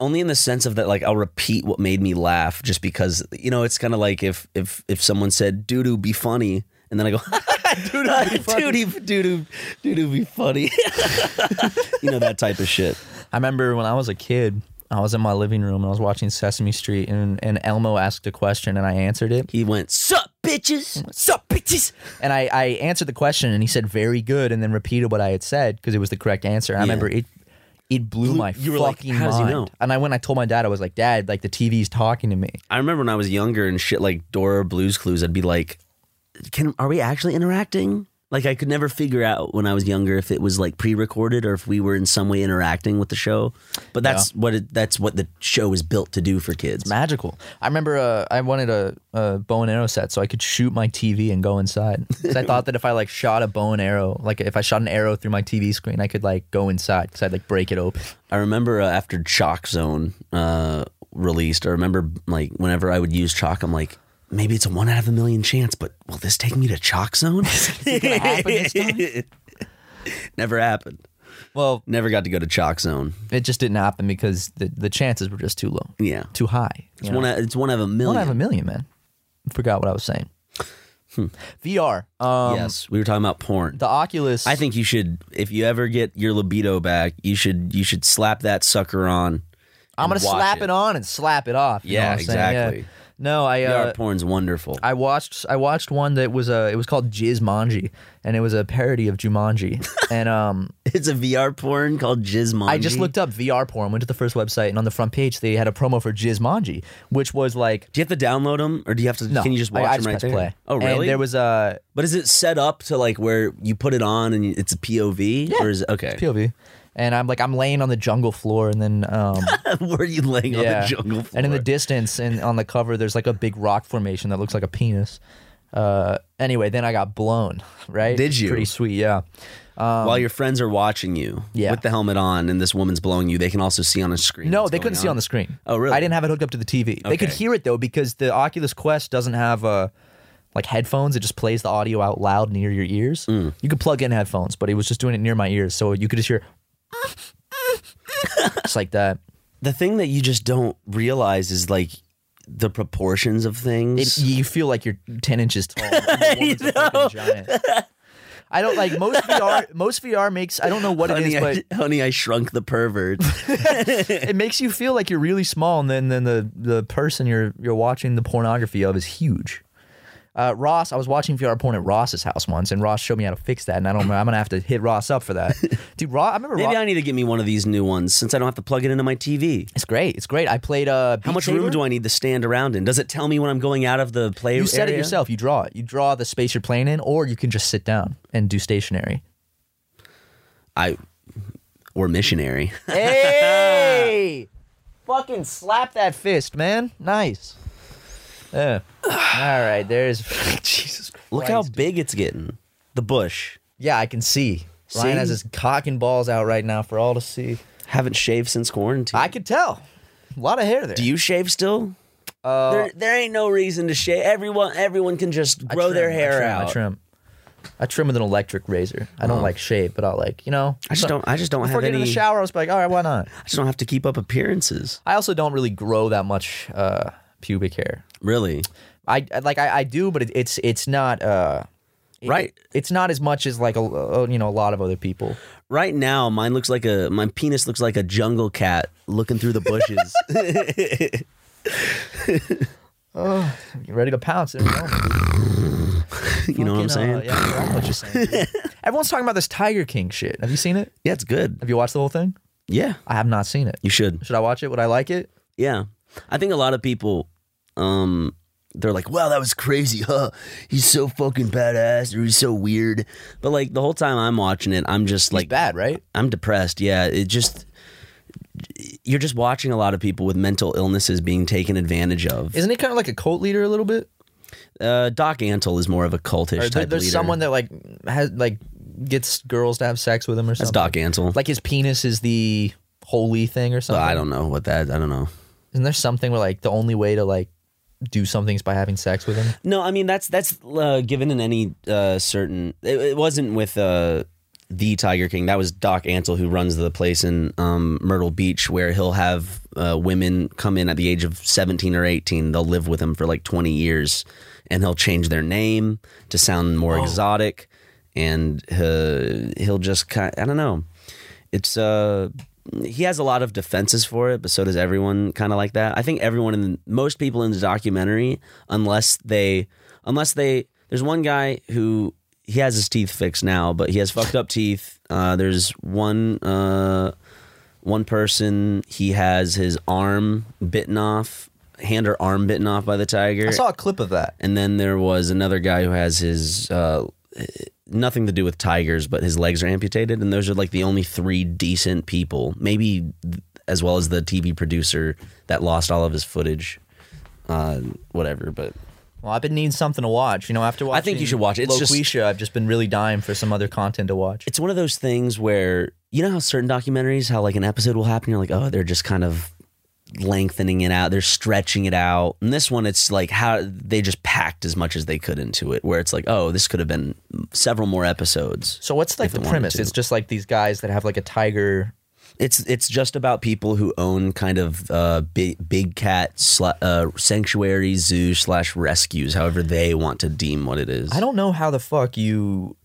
[SPEAKER 2] only in the sense of that like I'll repeat what made me laugh just because you know it's kind of like if if if someone said doo doo be funny and then I go doo doo doo doo doo doo be funny you know that type of shit
[SPEAKER 3] I remember when I was a kid, I was in my living room and I was watching Sesame Street, and, and Elmo asked a question, and I answered it.
[SPEAKER 2] he went sup bitches
[SPEAKER 3] Sup, bitches? And I, I answered the question, and he said, very good, and then repeated what I had said because it was the correct answer. And I remember it. It blew, my
[SPEAKER 2] you were like,
[SPEAKER 3] fucking
[SPEAKER 2] "How does he
[SPEAKER 3] mind.
[SPEAKER 2] know?"
[SPEAKER 3] And I went, I told my dad, I was like, Dad, like the TV's talking to me.
[SPEAKER 2] I remember when I was younger and shit like Dora or Blues Clues I'd be like can are we actually interacting like I could never figure out when I was younger if it was like pre-recorded or if we were in some way interacting with the show but that's what it, that's what the show is built to do for kids
[SPEAKER 3] magical. I remember uh, I wanted a, a bow and arrow set so I could shoot my TV and go inside. 'Cause I thought that if I like shot a bow and arrow, like if I shot an arrow through my TV screen, I could like go inside because I'd like break it open.
[SPEAKER 2] I remember uh, after Chalk Zone uh, released, I remember like whenever I would use Chalk, I'm like, maybe it's a one out of a million chance, but will this take me to Chalk Zone? Never happened.
[SPEAKER 3] Well,
[SPEAKER 2] Never got to go to Chalk Zone.
[SPEAKER 3] it just didn't happen because the, the chances were just too low,
[SPEAKER 2] Yeah,
[SPEAKER 3] too high.
[SPEAKER 2] it's
[SPEAKER 3] you know?
[SPEAKER 2] one. Out, it's one out of a
[SPEAKER 3] One
[SPEAKER 2] million.
[SPEAKER 3] out of a million, man. Forgot what I was saying. VR. Um,
[SPEAKER 2] Hmm. yes, we were talking about porn.
[SPEAKER 3] The Oculus.
[SPEAKER 2] I think you should, if you ever get your libido back, you should you should slap that sucker on.
[SPEAKER 3] I'm gonna
[SPEAKER 2] and watch
[SPEAKER 3] slap it. on and slap it off. you know
[SPEAKER 2] Yeah,
[SPEAKER 3] what I'm saying? Yeah.
[SPEAKER 2] exactly.
[SPEAKER 3] No, I uh,
[SPEAKER 2] VR porn's wonderful.
[SPEAKER 3] I watched I watched one that was uh it was called Jizmanji and it was a parody of Jumanji and um
[SPEAKER 2] it's a VR porn called Jizmanji.
[SPEAKER 3] I just looked up VR porn went to the first website and on the front page they had a promo for Jizmanji which was like
[SPEAKER 2] Do you have to download them, or do you have to?
[SPEAKER 3] no,
[SPEAKER 2] can you just
[SPEAKER 3] I-
[SPEAKER 2] watch
[SPEAKER 3] I,
[SPEAKER 2] them right
[SPEAKER 3] pressed
[SPEAKER 2] there?
[SPEAKER 3] play
[SPEAKER 2] Oh, really?
[SPEAKER 3] and there was a
[SPEAKER 2] But is it set up to like where you put it on and it's a POV? Or is it okay?
[SPEAKER 3] POV and I'm like I'm laying on the jungle floor and then um
[SPEAKER 2] where are you laying on
[SPEAKER 3] yeah
[SPEAKER 2] the jungle floor?
[SPEAKER 3] and in the distance and on the cover there's like a big rock formation that looks like a penis uh anyway then I got blown right
[SPEAKER 2] Did you?
[SPEAKER 3] pretty sweet yeah
[SPEAKER 2] While your friends are watching you
[SPEAKER 3] Yeah.
[SPEAKER 2] with the helmet on and this woman's blowing you, they can also see on a screen.
[SPEAKER 3] No,
[SPEAKER 2] what's
[SPEAKER 3] they
[SPEAKER 2] going
[SPEAKER 3] couldn't see on the screen.
[SPEAKER 2] Oh, really?
[SPEAKER 3] I didn't have it hooked up to the TV. They could
[SPEAKER 2] Okay.
[SPEAKER 3] hear it though because the Oculus Quest doesn't have uh, like headphones. It just plays the audio out loud near your ears.
[SPEAKER 2] Mm.
[SPEAKER 3] You could plug in headphones, but it was just doing it near my ears, so you could just hear just like that.
[SPEAKER 2] The thing that you just don't realize is like the proportions of
[SPEAKER 3] It,
[SPEAKER 2] things.
[SPEAKER 3] you feel like you're ten inches tall. The woman's a fucking giant. I I don't like most VR. Most VR makes I don't know what
[SPEAKER 2] honey,
[SPEAKER 3] it is, but
[SPEAKER 2] I, honey, I shrunk the pervert.
[SPEAKER 3] it makes you feel like you're really small, and then then the the person you're you're watching the pornography of is huge. Uh, Ross, I was watching VR porn at Ross's house once, and Ross showed me how to fix that, and I don't. I'm gonna have to hit Ross up for that, dude. Ross, I remember.
[SPEAKER 2] Maybe
[SPEAKER 3] Ross,
[SPEAKER 2] I need to get me one of these new ones since I don't have to plug it into my TV.
[SPEAKER 3] it's great. It's great. I played. Uh,
[SPEAKER 2] How much room do I need to stand around in? Does it tell me when I'm going out of the play?
[SPEAKER 3] You said it
[SPEAKER 2] area?
[SPEAKER 3] yourself. You draw it. You draw the space you're playing in, or you can just sit down and do stationary.
[SPEAKER 2] I or missionary.
[SPEAKER 3] Hey! Fucking slap that fist, man. Nice. Yeah. All right, there's Jesus Christ.
[SPEAKER 2] Look how big it's getting. The bush.
[SPEAKER 3] Yeah, I can see. Ryan
[SPEAKER 2] See?
[SPEAKER 3] has his cock and balls out right now for all to see.
[SPEAKER 2] Haven't shaved since quarantine.
[SPEAKER 3] I could tell. A lot of hair there.
[SPEAKER 2] Do you shave still?
[SPEAKER 3] Uh,
[SPEAKER 2] there, there ain't no reason to shave. Everyone, everyone can just
[SPEAKER 3] I
[SPEAKER 2] grow their
[SPEAKER 3] trim, I
[SPEAKER 2] hair
[SPEAKER 3] trim,
[SPEAKER 2] out.
[SPEAKER 3] I trim. I trim with an electric razor. I don't like shave, but I'll like, you know.
[SPEAKER 2] I just don't. I just don't
[SPEAKER 3] Before
[SPEAKER 2] have
[SPEAKER 3] I get in
[SPEAKER 2] any.
[SPEAKER 3] the shower, I was like, all right, why not?
[SPEAKER 2] I just don't have to keep up appearances.
[SPEAKER 3] I also don't really grow that much uh, pubic hair.
[SPEAKER 2] Really,
[SPEAKER 3] I I- like I, I do, but it, it's it's not uh it-
[SPEAKER 2] Right.
[SPEAKER 3] It's not as much as like a uh, you know a lot of other people.
[SPEAKER 2] right now, mine looks like a. My penis looks like a jungle cat looking through the bushes.
[SPEAKER 3] You ready to pounce? There you go.
[SPEAKER 2] you know what I'm
[SPEAKER 3] Fucking, uh,
[SPEAKER 2] saying?
[SPEAKER 3] yeah, I know what you're saying. dude. Everyone's talking about this Tiger King shit. Have you seen it?
[SPEAKER 2] Yeah, it's good.
[SPEAKER 3] Have you watched the whole thing?
[SPEAKER 2] Yeah,
[SPEAKER 3] I have not seen it.
[SPEAKER 2] you should.
[SPEAKER 3] Should I watch it? Would I like it?
[SPEAKER 2] Yeah, I think a lot of people, um, they're like, "Wow, that was crazy, huh? He's so fucking badass, or he's so weird." But like the whole time I'm watching it, I'm just like,
[SPEAKER 3] Bad, right?
[SPEAKER 2] I'm depressed. Yeah, it just you're just watching a lot of people with mental illnesses being taken advantage of.
[SPEAKER 3] Isn't he kind of like a cult leader a little bit?
[SPEAKER 2] Uh, Doc Antle is more of a cultish
[SPEAKER 3] Or
[SPEAKER 2] type
[SPEAKER 3] there- there's
[SPEAKER 2] leader.
[SPEAKER 3] someone that like has like gets girls to have sex with him or
[SPEAKER 2] That's
[SPEAKER 3] something.
[SPEAKER 2] Doc Antle. Like,
[SPEAKER 3] Like his penis is the holy thing or something.
[SPEAKER 2] I don't know what that. I don't know.
[SPEAKER 3] Isn't there something where like the only way to like do something is by having sex with him?
[SPEAKER 2] No, I mean that's that's uh, given in any uh, certain. It, it wasn't with uh, the Tiger King. That was Doc Antle who runs the place in um, Myrtle Beach, where he'll have uh, women come in at the age of seventeen or eighteen. They'll live with him for like twenty years, and he'll change their name to sound more exotic, and uh, he'll just kind. I don't know. It's uh. He has a lot of defenses for it, but so does everyone kind of like that. I think everyone in most people in the documentary, unless they unless they there's one guy who he has his teeth fixed now, but he has fucked up teeth. Uh, there's one uh, one person he has his arm bitten off, hand or arm bitten off by the tiger.
[SPEAKER 3] I saw a clip of that.
[SPEAKER 2] and then there was another guy who has his uh, nothing to do with tigers, but his legs are amputated, and those are like the only three decent people, maybe th- as well as the TV producer that lost all of his footage. Uh, whatever, but
[SPEAKER 3] Well, I've been needing something to watch. You know, after watching,
[SPEAKER 2] think you should watch it. It's just-
[SPEAKER 3] Loquisha, I've just been really dying for some other content to watch.
[SPEAKER 2] it's one of those things where you know how certain documentaries, how like an episode will happen, you're like, oh, they're just kind of lengthening it out, they're stretching it out. And this one, it's like how they just packed as much as they could into it, where it's like, oh, this could have been several more episodes.
[SPEAKER 3] So what's like the
[SPEAKER 2] they wanted
[SPEAKER 3] premise?
[SPEAKER 2] to.
[SPEAKER 3] It's just like these guys that have like a tiger.
[SPEAKER 2] It's it's just about people who own kind of uh, big big cat sla- uh, sanctuary zoo slash rescues, however they want to deem what it is.
[SPEAKER 3] I don't know how the fuck you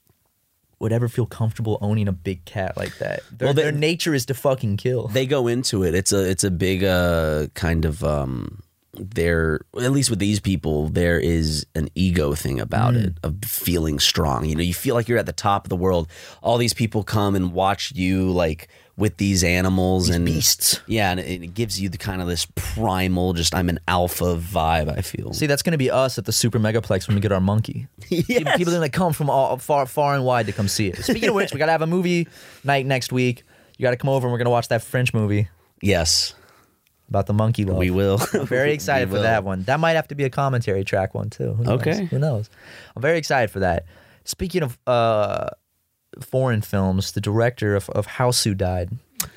[SPEAKER 3] would ever feel comfortable owning a big cat like that. Their,
[SPEAKER 2] Well, they-
[SPEAKER 3] their nature is to fucking kill.
[SPEAKER 2] they go into it. It's a it's a big uh kind of um there at least with these people there is an ego thing about
[SPEAKER 3] Mm.
[SPEAKER 2] it of feeling strong. You know, you feel like you're at the top of the world. All these people come and watch you like with these animals and
[SPEAKER 3] beasts.
[SPEAKER 2] Yeah, and it, it gives you the kind of this primal just I'm an alpha vibe, I feel.
[SPEAKER 3] See, that's gonna be us at the Super Megaplex when we get our monkey. People- People are gonna come from all far, far and wide to come see it. Speaking of which, we gotta have a movie night next week. You gotta come over and we're gonna watch that French movie
[SPEAKER 2] yes,
[SPEAKER 3] about the monkey love.
[SPEAKER 2] we will.
[SPEAKER 3] Oh. Very excited for
[SPEAKER 2] will.
[SPEAKER 3] that one. That might have to be a commentary track one too. Who knows?
[SPEAKER 2] Okay.
[SPEAKER 3] Who knows? I'm very excited for that. Speaking of uh, foreign films, the director of, of House Who Died.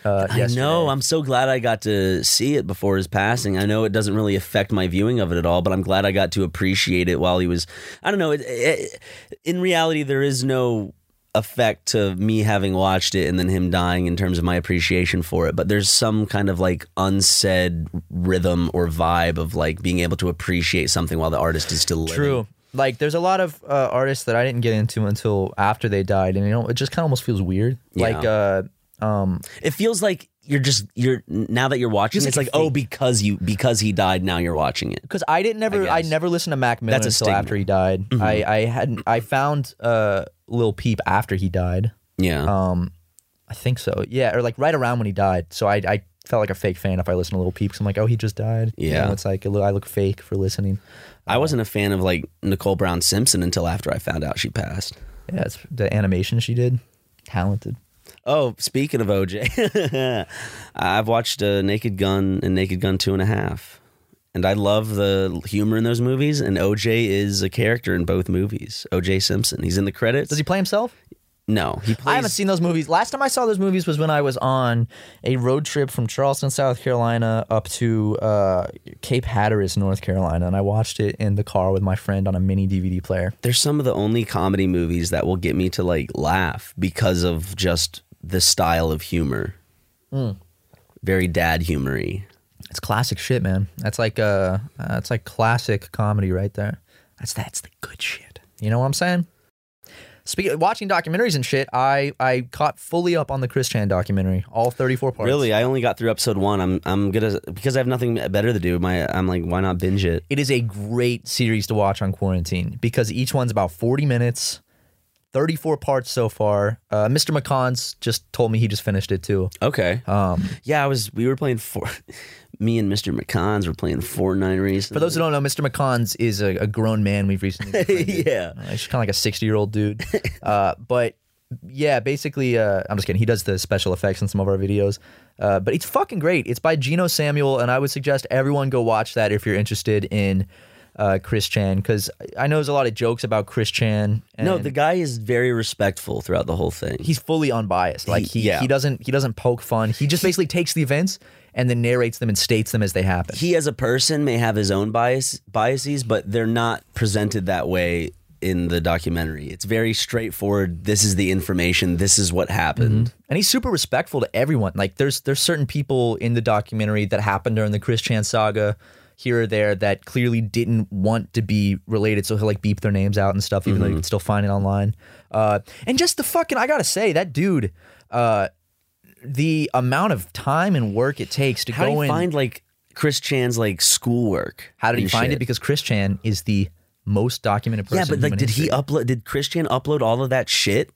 [SPEAKER 3] Uh,
[SPEAKER 2] I
[SPEAKER 3] yesterday.
[SPEAKER 2] know. I'm so glad I got to see it before his passing. I know it doesn't really affect my viewing of it at all, but I'm glad I got to appreciate it while he was. I don't know. It, it, in reality, there is no effect to me having watched it and then him dying in terms of my appreciation for it. But there's some kind of like unsaid rhythm or vibe of like being able to appreciate something while the artist is still living.
[SPEAKER 3] True. like there's a lot of uh, artists that I didn't get into until after they died, and you know it just kind of almost feels weird.
[SPEAKER 2] Yeah.
[SPEAKER 3] Like uh, um,
[SPEAKER 2] It feels like you're just you're now that you're watching.
[SPEAKER 3] Just
[SPEAKER 2] it's
[SPEAKER 3] like
[SPEAKER 2] like
[SPEAKER 3] a
[SPEAKER 2] oh because you because he died. Now you're watching it.
[SPEAKER 3] because I didn't never I,
[SPEAKER 2] guess.
[SPEAKER 3] never listened to Mac Miller
[SPEAKER 2] That's a
[SPEAKER 3] until
[SPEAKER 2] stigma. Mm-hmm.
[SPEAKER 3] after he died. I I hadn't I found uh Lil Peep after he died.
[SPEAKER 2] Yeah.
[SPEAKER 3] Um, I think so. Yeah, or like right around when he died. So I I felt like a fake fan if I listened to Lil Peep. 'cause I'm like, oh, he just died. You
[SPEAKER 2] Yeah.
[SPEAKER 3] know, it's like a little, I look fake for listening.
[SPEAKER 2] I wasn't a fan of like Nicole Brown Simpson until after I found out she passed.
[SPEAKER 3] Yeah, it's the animation she did, talented.
[SPEAKER 2] Oh, speaking of OJ, I've watched uh, Naked Gun and Naked Gun Two and a Half, and I love the humor in those movies. And OJ is a character in both movies. OJ Simpson, he's in the credits.
[SPEAKER 3] Does he play himself?
[SPEAKER 2] No, he
[SPEAKER 3] I
[SPEAKER 2] plays.
[SPEAKER 3] haven't seen those movies. Last time I saw those movies was when I was on a road trip from Charleston, South Carolina, up to uh, Cape Hatteras, North Carolina, and I watched it in the car with my friend on a mini DVD player.
[SPEAKER 2] They're some of the only comedy movies that will get me to like laugh because of just the style of humor.
[SPEAKER 3] Hmm.
[SPEAKER 2] Very dad humory.
[SPEAKER 3] It's classic shit, man. That's like uh, uh, that's like classic comedy right there. That's that's the good shit. You know what I'm saying? Speaking watching documentaries and shit, I I caught fully up on the Chris Chan documentary, all 34 parts.
[SPEAKER 2] Really, I only got through episode one. I'm I'm gonna because I have nothing better to do. My I'm like, why not binge it?
[SPEAKER 3] It is a great series to watch on quarantine because each one's about 40 minutes, 34 parts so far. Uh, Mr. McCons just told me he just finished it too.
[SPEAKER 2] Okay.
[SPEAKER 3] Um,
[SPEAKER 2] Yeah, I was. We were playing four. Me and Mr. McCons were playing Fortnite recently.
[SPEAKER 3] for those who don't know, Mr. McCons is a, a grown man we've recently. befriended.
[SPEAKER 2] yeah.
[SPEAKER 3] Uh, He's kind of like a 60 year old dude. Uh, but yeah, basically, uh, I'm just kidding. He does the special effects in some of our videos. Uh, but it's fucking great. It's by Gino Samuel, and I would suggest everyone go watch that if you're interested in uh, Chris Chan, because I know there's a lot of jokes about Chris Chan. And
[SPEAKER 2] No, the guy is very respectful throughout the whole thing.
[SPEAKER 3] he's fully unbiased. Like he,
[SPEAKER 2] He-
[SPEAKER 3] he,
[SPEAKER 2] yeah.
[SPEAKER 3] doesn't he doesn't poke fun. He just basically takes the events and then narrates them and states them as they happen.
[SPEAKER 2] he as a person may have his own bias biases, but they're not presented that way in the documentary. It's very straightforward. This is the information. This is what happened.
[SPEAKER 3] And he's super respectful to everyone. Like there's there's certain people in the documentary that happened during the Chris Chan saga here or there that clearly didn't want to be related. So he'll like beep their names out and stuff, even though
[SPEAKER 2] Mm-hmm.
[SPEAKER 3] you can still find it online. Uh, and just the fucking I gotta say, that dude, uh, the amount of time and work it takes to
[SPEAKER 2] How
[SPEAKER 3] go
[SPEAKER 2] do you
[SPEAKER 3] in
[SPEAKER 2] find like Chris Chan's like schoolwork?
[SPEAKER 3] how did he
[SPEAKER 2] and
[SPEAKER 3] find
[SPEAKER 2] shit?
[SPEAKER 3] it? Because Chris Chan is the most documented person.
[SPEAKER 2] yeah, but
[SPEAKER 3] in
[SPEAKER 2] like,
[SPEAKER 3] human
[SPEAKER 2] did
[SPEAKER 3] history.
[SPEAKER 2] he upload? Did Chris Chan upload all of that shit?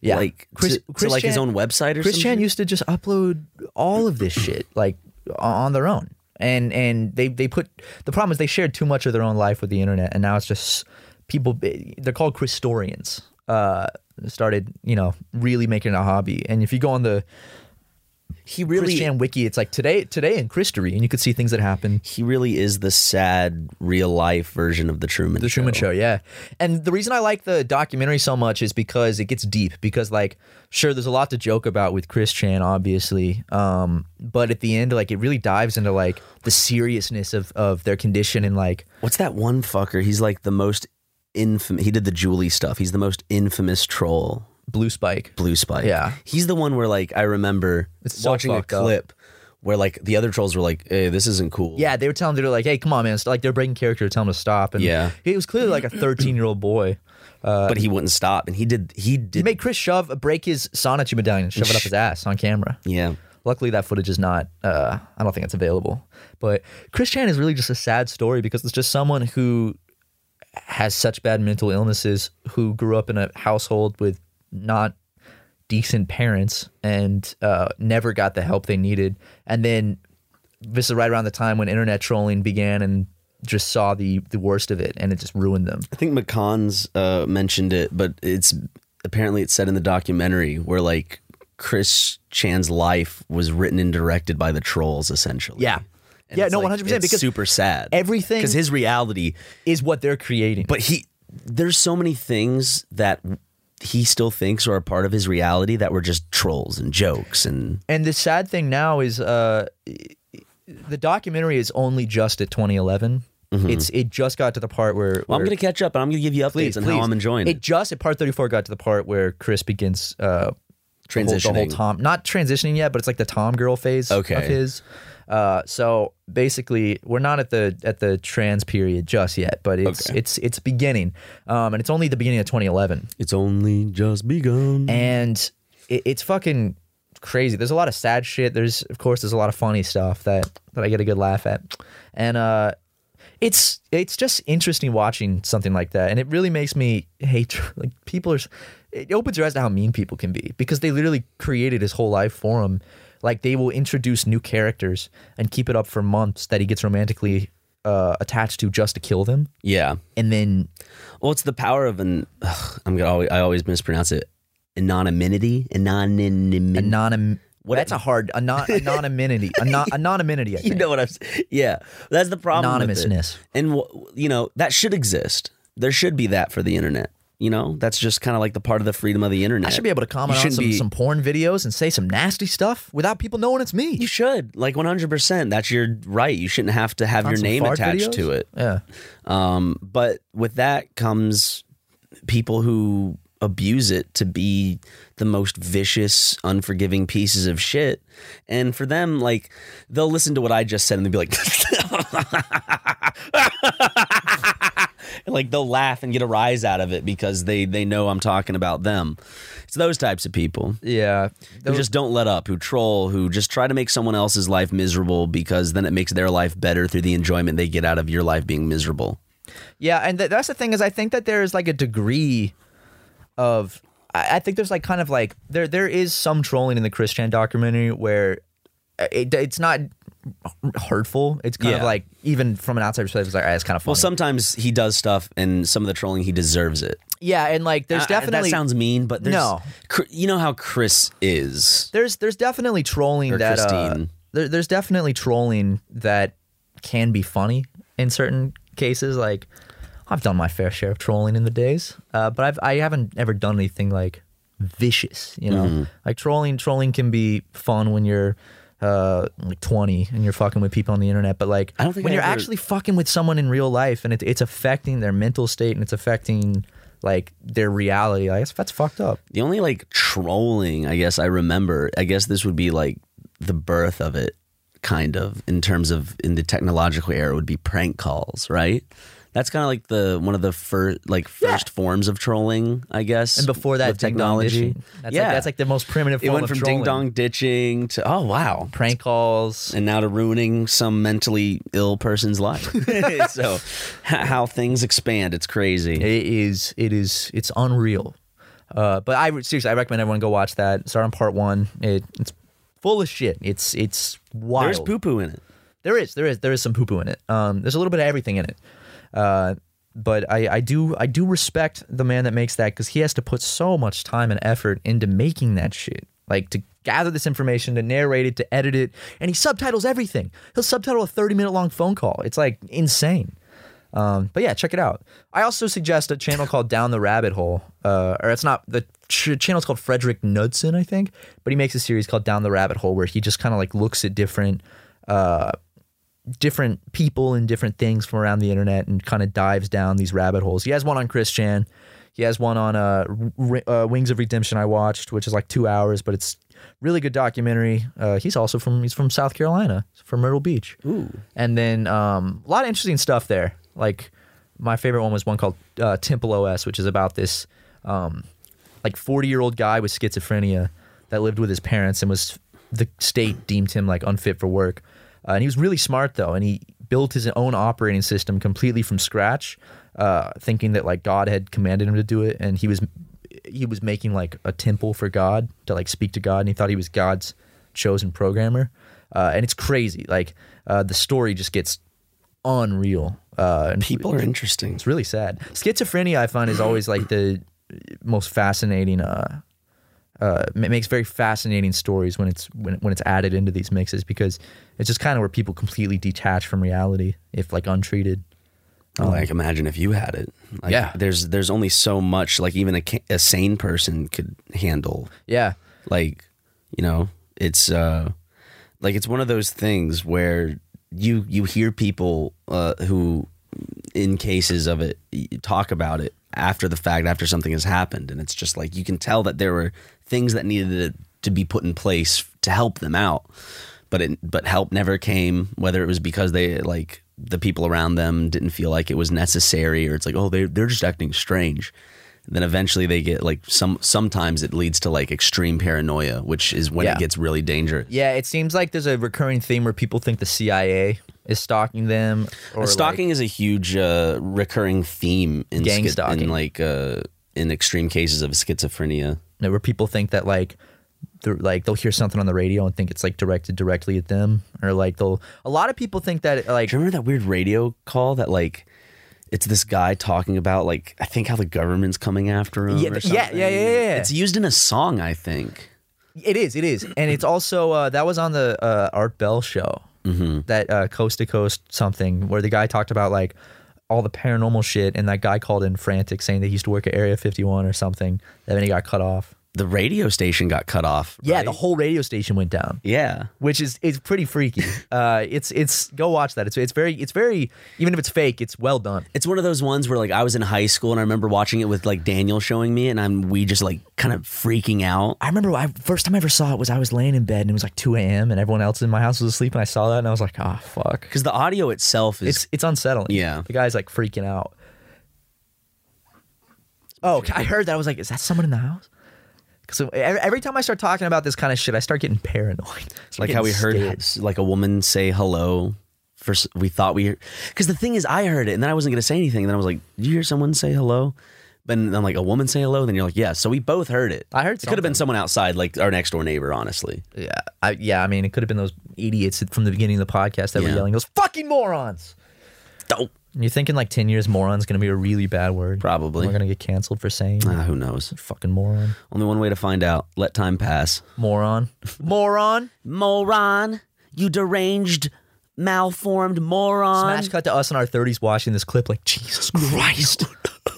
[SPEAKER 3] Yeah,
[SPEAKER 2] like
[SPEAKER 3] Chris,
[SPEAKER 2] to,
[SPEAKER 3] Chris
[SPEAKER 2] to like his
[SPEAKER 3] Chan-
[SPEAKER 2] own website or
[SPEAKER 3] Chris
[SPEAKER 2] something.
[SPEAKER 3] Chan used to just upload all of this shit like o- on their own, and and they they put the problem is they shared too much of their own life with the internet, and now it's just people. eh, They're called Christorians. Uh, started you know really making it a hobby, and if you go on the
[SPEAKER 2] he
[SPEAKER 3] Chris
[SPEAKER 2] really
[SPEAKER 3] Chan wiki, it's like today today in Christory, and you could see things that happened.
[SPEAKER 2] he really is the sad real life version of the Truman
[SPEAKER 3] The Truman Show, yeah. And the reason I like the documentary so much is because it gets deep. Because like, sure, there's a lot to joke about with Chris Chan, obviously, um, but at the end, like, it really dives into like the seriousness of of their condition and like,
[SPEAKER 2] What's that one fucker? He's like the most infamous. He did the Julie stuff. He's the most infamous troll.
[SPEAKER 3] Blue Spike.
[SPEAKER 2] Blue Spike.
[SPEAKER 3] Yeah.
[SPEAKER 2] He's the one where like I remember
[SPEAKER 3] It's so
[SPEAKER 2] watching a
[SPEAKER 3] fucked up.
[SPEAKER 2] clip where like the other trolls were like, "Hey, this isn't cool."
[SPEAKER 3] Yeah, they were telling them, they were like, "Hey, come on, man!" It's Like they're breaking character, tell him to stop. And
[SPEAKER 2] Yeah.
[SPEAKER 3] he was clearly like a 13 year old boy.
[SPEAKER 2] but he wouldn't stop, and he did. He
[SPEAKER 3] He
[SPEAKER 2] did.
[SPEAKER 3] made Chris shove break his sonnet medallion and shove it up his ass on camera.
[SPEAKER 2] yeah.
[SPEAKER 3] Luckily, that footage is not. Uh, I don't think it's available. But Chris Chan is really just a sad story because it's just someone who has such bad mental illnesses, who grew up in a household with not decent parents and uh, never got the help they needed, and then this is right around the time when internet trolling began and just saw the the worst of it, and it just ruined them.
[SPEAKER 2] I think McCons uh, mentioned it, but it's apparently it's said in the documentary where like Chris Chan's life was written and directed by the trolls, essentially.
[SPEAKER 3] Yeah.
[SPEAKER 2] And
[SPEAKER 3] Yeah,
[SPEAKER 2] it's,
[SPEAKER 3] no,
[SPEAKER 2] like,
[SPEAKER 3] 100%,
[SPEAKER 2] it's
[SPEAKER 3] because
[SPEAKER 2] super sad.
[SPEAKER 3] everything-
[SPEAKER 2] because his reality,
[SPEAKER 3] Is what they're creating.
[SPEAKER 2] but he there's so many things that he still thinks are a part of his reality that were just trolls and jokes and
[SPEAKER 3] And the sad thing now is uh, the documentary is only just at 2011. It's it just got to the part where,
[SPEAKER 2] Mm-hmm. well, I'm
[SPEAKER 3] where-
[SPEAKER 2] gonna catch up and I'm gonna give you updates
[SPEAKER 3] please,
[SPEAKER 2] on
[SPEAKER 3] please.
[SPEAKER 2] how I'm enjoying
[SPEAKER 3] it.
[SPEAKER 2] it.
[SPEAKER 3] Just at part 34 got to the part where Chris begins uh, the whole- the whole
[SPEAKER 2] Transitioning.
[SPEAKER 3] Tom not transitioning yet, but it's like the Tom girl phase
[SPEAKER 2] Okay.
[SPEAKER 3] of his. Uh, so basically we're not at the at the trans period just yet, but it's
[SPEAKER 2] Okay.
[SPEAKER 3] it's it's beginning, um, and it's only the beginning of 2011,
[SPEAKER 2] It's only just begun.
[SPEAKER 3] and it, it's fucking crazy. There's a lot of sad shit. There's of course there's a lot of funny stuff that that I get a good laugh at, and uh, it's it's just interesting watching something like that, and it really makes me hate tr- like people are. s- It opens your eyes to how mean people can be because they literally created his whole life for him. Like they will introduce new characters and keep it up for months that he gets romantically uh, attached to just to kill them,
[SPEAKER 2] yeah.
[SPEAKER 3] and then
[SPEAKER 2] Well, it's the power of an. ugh, I'm gonna. Always, I always mispronounce it. Anonymity. Anonymity.
[SPEAKER 3] anonym.
[SPEAKER 2] What-
[SPEAKER 3] that's a hard anon- anonymity. Anon- anonymity. I
[SPEAKER 2] you
[SPEAKER 3] think.
[SPEAKER 2] know what I'm saying? Yeah, that's the problem. with it.
[SPEAKER 3] Anonymousness.
[SPEAKER 2] and wh- you know that should exist. There should be that for the internet. You know, that's just kind of like the part of the freedom of the internet.
[SPEAKER 3] I should be able to comment
[SPEAKER 2] You
[SPEAKER 3] on
[SPEAKER 2] shouldn't
[SPEAKER 3] some,
[SPEAKER 2] be-
[SPEAKER 3] some porn videos and say some nasty stuff without people knowing it's me.
[SPEAKER 2] You should like 100. percent That's your right. You shouldn't have to have
[SPEAKER 3] On
[SPEAKER 2] your
[SPEAKER 3] some
[SPEAKER 2] name
[SPEAKER 3] fart
[SPEAKER 2] attached
[SPEAKER 3] videos?
[SPEAKER 2] to it.
[SPEAKER 3] Yeah.
[SPEAKER 2] Um, but with that comes people who abuse it to be the most vicious, unforgiving pieces of shit. And for them, like they'll listen to what I just said and they'll be like, and, like they'll laugh and get a rise out of it because they they know I'm talking about them. It's those types of people
[SPEAKER 3] Yeah.
[SPEAKER 2] who just don't let up, who troll, who just try to make someone else's life miserable because then it makes their life better through the enjoyment they get out of your life being miserable.
[SPEAKER 3] yeah. And th- that's the thing is I think that there is like a degree of I, I think there's like kind of like there there is some trolling in the Christian documentary where uh, it, it's not hurtful. It's kind of
[SPEAKER 2] Yeah.
[SPEAKER 3] like even from an outside perspective, it's like ah, it's kind of funny.
[SPEAKER 2] Well, sometimes he does stuff, and some of the trolling he deserves it.
[SPEAKER 3] yeah, and like there's
[SPEAKER 2] I- I-
[SPEAKER 3] definitely
[SPEAKER 2] that sounds mean, but there's,
[SPEAKER 3] No.
[SPEAKER 2] Cr- you know how Chris is.
[SPEAKER 3] there's there's definitely trolling
[SPEAKER 2] Or
[SPEAKER 3] that uh,
[SPEAKER 2] Christine.
[SPEAKER 3] there, there's definitely trolling that can be funny in certain cases. Like I've done my fair share of trolling in the days, uh, but I've I haven't ever done anything like vicious. You know,
[SPEAKER 2] Mm-hmm.
[SPEAKER 3] like trolling trolling can be fun when you're. Uh, like twenty, and you're fucking with people on the internet, but like
[SPEAKER 2] I don't think
[SPEAKER 3] when
[SPEAKER 2] I
[SPEAKER 3] you're
[SPEAKER 2] ever-
[SPEAKER 3] actually fucking with someone in real life, and it, it's affecting their mental state, and it's affecting like their reality. Like that's, that's fucked up.
[SPEAKER 2] The only like trolling, I guess I remember. I guess this would be like the birth of it, kind of in terms of in the technological era would be prank calls, right? That's kind of like the one of the first like first forms of trolling, I guess.
[SPEAKER 3] And before that,
[SPEAKER 2] with
[SPEAKER 3] ding dong
[SPEAKER 2] technology,
[SPEAKER 3] dishing. That's
[SPEAKER 2] yeah,
[SPEAKER 3] like, that's like the most primitive.
[SPEAKER 2] it
[SPEAKER 3] form
[SPEAKER 2] went
[SPEAKER 3] of
[SPEAKER 2] from
[SPEAKER 3] trolling.
[SPEAKER 2] ding dong ditching to oh wow,
[SPEAKER 3] prank calls.
[SPEAKER 2] and now to ruining some mentally ill person's life. so, h- how things expand, it's crazy.
[SPEAKER 3] It is. It is. It's unreal. Uh, but I re- seriously, I recommend everyone go watch that. Start on part one. It, it's full of shit. It's it's wild.
[SPEAKER 2] There's poo poo in it.
[SPEAKER 3] There is. There is. There is some poo poo in it. Um, there's a little bit of everything in it. Uh, but I, I do I do respect the man that makes that because he has to put so much time and effort into making that shit. Like to gather this information, to narrate it, to edit it, and he subtitles everything. He'll subtitle a 30 minute long phone call. It's like insane. Um, but yeah, check it out. I also suggest a channel called Down the Rabbit Hole, uh, or it's not the ch- channel's called Frederick Knudsen, I think. But he makes a series called Down the Rabbit Hole where he just kind of like looks at different, uh, different people and different things from around the internet and kind of dives down these rabbit holes. He has one on Chris Chan. He has one on uh, R- uh, Wings of Redemption I watched, which is like two hours, but it's really good documentary. Uh, he's also from he's from South Carolina, he's from Myrtle Beach. Ooh. And then um, a lot of interesting stuff there. Like my favorite one was one called uh, Temple OS, which is about this um, like 40 year old guy with schizophrenia that lived with his parents and was the state deemed him like unfit for work uh, and he was really smart though and he built his own operating system completely from scratch uh, thinking that like god had commanded him to do it and he was he was making like a temple for god to like speak to god and he thought he was god's chosen programmer uh, and it's crazy like uh, the story just gets unreal uh, and
[SPEAKER 2] People are interesting.
[SPEAKER 3] it's really sad. Schizophrenia, I find, is always like the most fascinating. Uh, uh, ma- makes very fascinating stories when it's when, when it's added into these mixes because it's just kind of where people completely detach from reality if like untreated.
[SPEAKER 2] like, imagine if you had it. Like,
[SPEAKER 3] Oh. Yeah.
[SPEAKER 2] There's there's only so much like even a, ca- a sane person could handle.
[SPEAKER 3] Yeah,
[SPEAKER 2] Like, you know, it's uh, like it's one of those things where you you hear people uh, who, in cases of it, y- talk about it after the fact, after something has happened, and it's just like you can tell that there were things that needed to, to be put in place to help them out, but it but help never came. Whether it was because they like the people around them didn't feel like it was necessary, or it's like oh they they're just acting strange. And then eventually they get like some sometimes it leads to like extreme paranoia, which is when
[SPEAKER 3] Yeah.
[SPEAKER 2] it gets really dangerous.
[SPEAKER 3] Yeah, it seems like there's a recurring theme where people think the CIA is stalking them or
[SPEAKER 2] stalking is a huge uh, recurring theme in
[SPEAKER 3] Gang
[SPEAKER 2] schi-
[SPEAKER 3] stalking.
[SPEAKER 2] in like uh, in extreme cases of schizophrenia.
[SPEAKER 3] like, where people think that like they're, like they'll hear something on the radio and think it's like directed directly at them or like they'll a lot of people think that like
[SPEAKER 2] Do you remember that weird radio call that like it's this guy talking about like I think how the government's coming after him.
[SPEAKER 3] Yeah,
[SPEAKER 2] or
[SPEAKER 3] th-
[SPEAKER 2] something.
[SPEAKER 3] yeah, yeah, yeah, yeah.
[SPEAKER 2] It's used in a song, I think.
[SPEAKER 3] It is, it is, and it's also uh, that was on the uh, Art Bell show that uh, Coast to Coast something where the guy talked about like all the paranormal shit, and that guy called in frantic saying that he used to work at Area 51 or something, and then he got cut off.
[SPEAKER 2] The radio station got cut off.
[SPEAKER 3] Yeah,
[SPEAKER 2] right?
[SPEAKER 3] the whole radio station went down,
[SPEAKER 2] yeah.
[SPEAKER 3] which is is pretty freaky. uh, it's it's go watch that. It's it's very it's very even if it's fake, it's well done.
[SPEAKER 2] It's one of those ones where like I was in high school and I remember watching it with like Daniel showing me and I'm we just like kind of freaking out.
[SPEAKER 3] I remember I first time I ever saw it was I was laying in bed and it was like 2 a.m. and everyone else in my house was asleep and I saw that and I was like, ah, fuck.
[SPEAKER 2] Because the audio itself is
[SPEAKER 3] it's it's unsettling.
[SPEAKER 2] Yeah.
[SPEAKER 3] the guy's like freaking out. Oh, okay, I heard that. I was like, is that someone in the house? Because every time I start talking about this kind of shit, I start getting paranoid. It's
[SPEAKER 2] like how we heard
[SPEAKER 3] Scared.
[SPEAKER 2] s- like a woman say hello first we thought we because the thing is i heard it and then i wasn't going to say anything and then i was like did you hear someone say hello but then i'm like a woman say hello then you're like yeah so we both heard it
[SPEAKER 3] I heard
[SPEAKER 2] it could have been someone outside like our next door neighbor honestly
[SPEAKER 3] Yeah, I, yeah. I mean, it could have been those idiots from the beginning of the podcast that were
[SPEAKER 2] Yeah.
[SPEAKER 3] yelling those fucking morons.
[SPEAKER 2] Dope.
[SPEAKER 3] And you're thinking like ten years, morons going to be a really bad word.
[SPEAKER 2] Probably.
[SPEAKER 3] we're going to get canceled for saying
[SPEAKER 2] Ah, who knows
[SPEAKER 3] fucking moron,
[SPEAKER 2] only one way to find out let time pass
[SPEAKER 3] moron, moron.
[SPEAKER 2] moron you deranged malformed moron
[SPEAKER 3] Smash cut to us in our 30s watching this clip, like, Jesus Christ.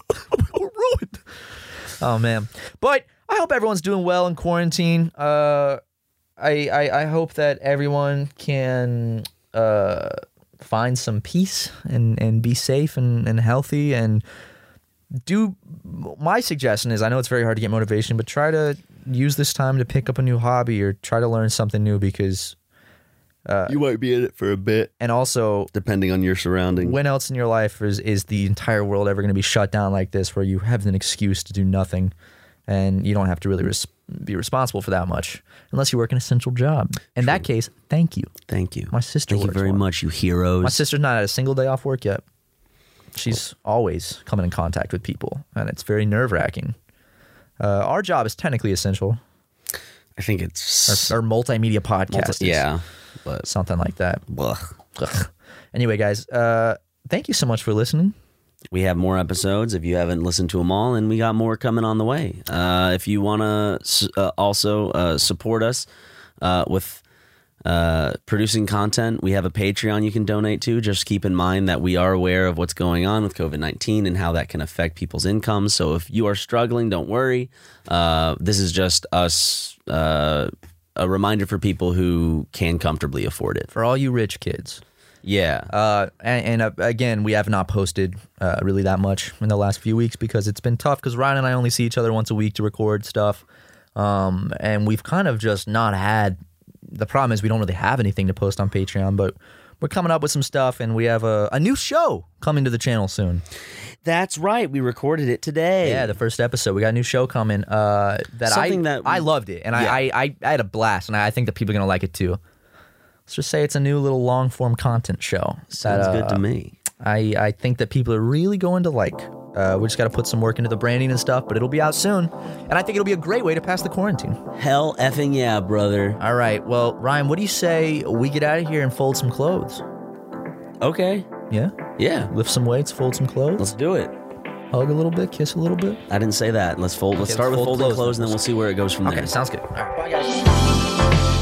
[SPEAKER 3] We're ruined. Oh, man. But I hope everyone's doing well in quarantine. Uh, I, I, I hope that everyone can uh, find some peace and, and be safe and, and healthy. And do my suggestion is I know it's very hard to get motivation, but try to use this time to pick up a new hobby or try to learn something new because,
[SPEAKER 2] you might be in it for a bit
[SPEAKER 3] and also,
[SPEAKER 2] depending on your surroundings
[SPEAKER 3] when else in your life is, is the entire world ever going to be shut down like this where you have an excuse to do nothing and you don't have to really res- be responsible for that much unless you work an essential job in that case thank you
[SPEAKER 2] thank you
[SPEAKER 3] My sister
[SPEAKER 2] thank you
[SPEAKER 3] works
[SPEAKER 2] very
[SPEAKER 3] one.
[SPEAKER 2] much you heroes
[SPEAKER 3] my sister's not had a single day off work yet she's always coming in contact with people and it's very nerve-wracking uh, our job is technically essential
[SPEAKER 2] i think it's
[SPEAKER 3] our, our multimedia podcast
[SPEAKER 2] Multi-
[SPEAKER 3] is
[SPEAKER 2] yeah but
[SPEAKER 3] something like that
[SPEAKER 2] Blech.
[SPEAKER 3] Ugh. anyway guys uh, thank you so much for listening
[SPEAKER 2] We have more episodes if you haven't listened to them all, and we got more coming on the way. Uh, if you want to uh, also uh, support us uh, with uh, producing content, we have a Patreon you can donate to. Just keep in mind that we are aware of what's going on with COVID 19 and how that can affect people's incomes. So if you are struggling, don't worry. Uh, this is just us. Uh, a reminder for people who can comfortably afford it.
[SPEAKER 3] for all you rich kids
[SPEAKER 2] Yeah.
[SPEAKER 3] Uh, and, and uh, again, we have not posted uh, really that much in the last few weeks because it's been tough. Because Ryan and I only see each other once a week to record stuff, um, and we've kind of just not had. The problem is we don't really have anything to post on Patreon, but we're coming up with some stuff, and we have a, a new show coming to the channel soon.
[SPEAKER 2] That's right. We recorded it today.
[SPEAKER 3] Yeah, the first episode. We got a new show coming. Uh, that
[SPEAKER 2] Something
[SPEAKER 3] I
[SPEAKER 2] that we-
[SPEAKER 3] I loved it, and I, I I I had a blast, and I, I think that people are gonna like it too. Let's just say it's a new little long form content show.
[SPEAKER 2] Sounds
[SPEAKER 3] that, uh,
[SPEAKER 2] good to me.
[SPEAKER 3] I, I think that people are really going to like. Uh, we just got to put some work into the branding and stuff, but it'll be out soon. And I think it'll be a great way to pass the quarantine.
[SPEAKER 2] Hell effing yeah, brother.
[SPEAKER 3] All right. Well, Ryan, what do you say we get out of here and fold some clothes?
[SPEAKER 2] Okay.
[SPEAKER 3] Yeah?
[SPEAKER 2] Yeah.
[SPEAKER 3] Lift some weights, fold some clothes,
[SPEAKER 2] Let's do it.
[SPEAKER 3] hug a little bit, kiss a little bit.
[SPEAKER 2] I didn't say that. Let's fold. Let's
[SPEAKER 3] Okay,
[SPEAKER 2] start
[SPEAKER 3] let's
[SPEAKER 2] with
[SPEAKER 3] fold
[SPEAKER 2] folding
[SPEAKER 3] clothes.
[SPEAKER 2] clothes, and then we'll see where it goes from
[SPEAKER 3] Okay,
[SPEAKER 2] there.
[SPEAKER 3] sounds good. All right. Bye, guys.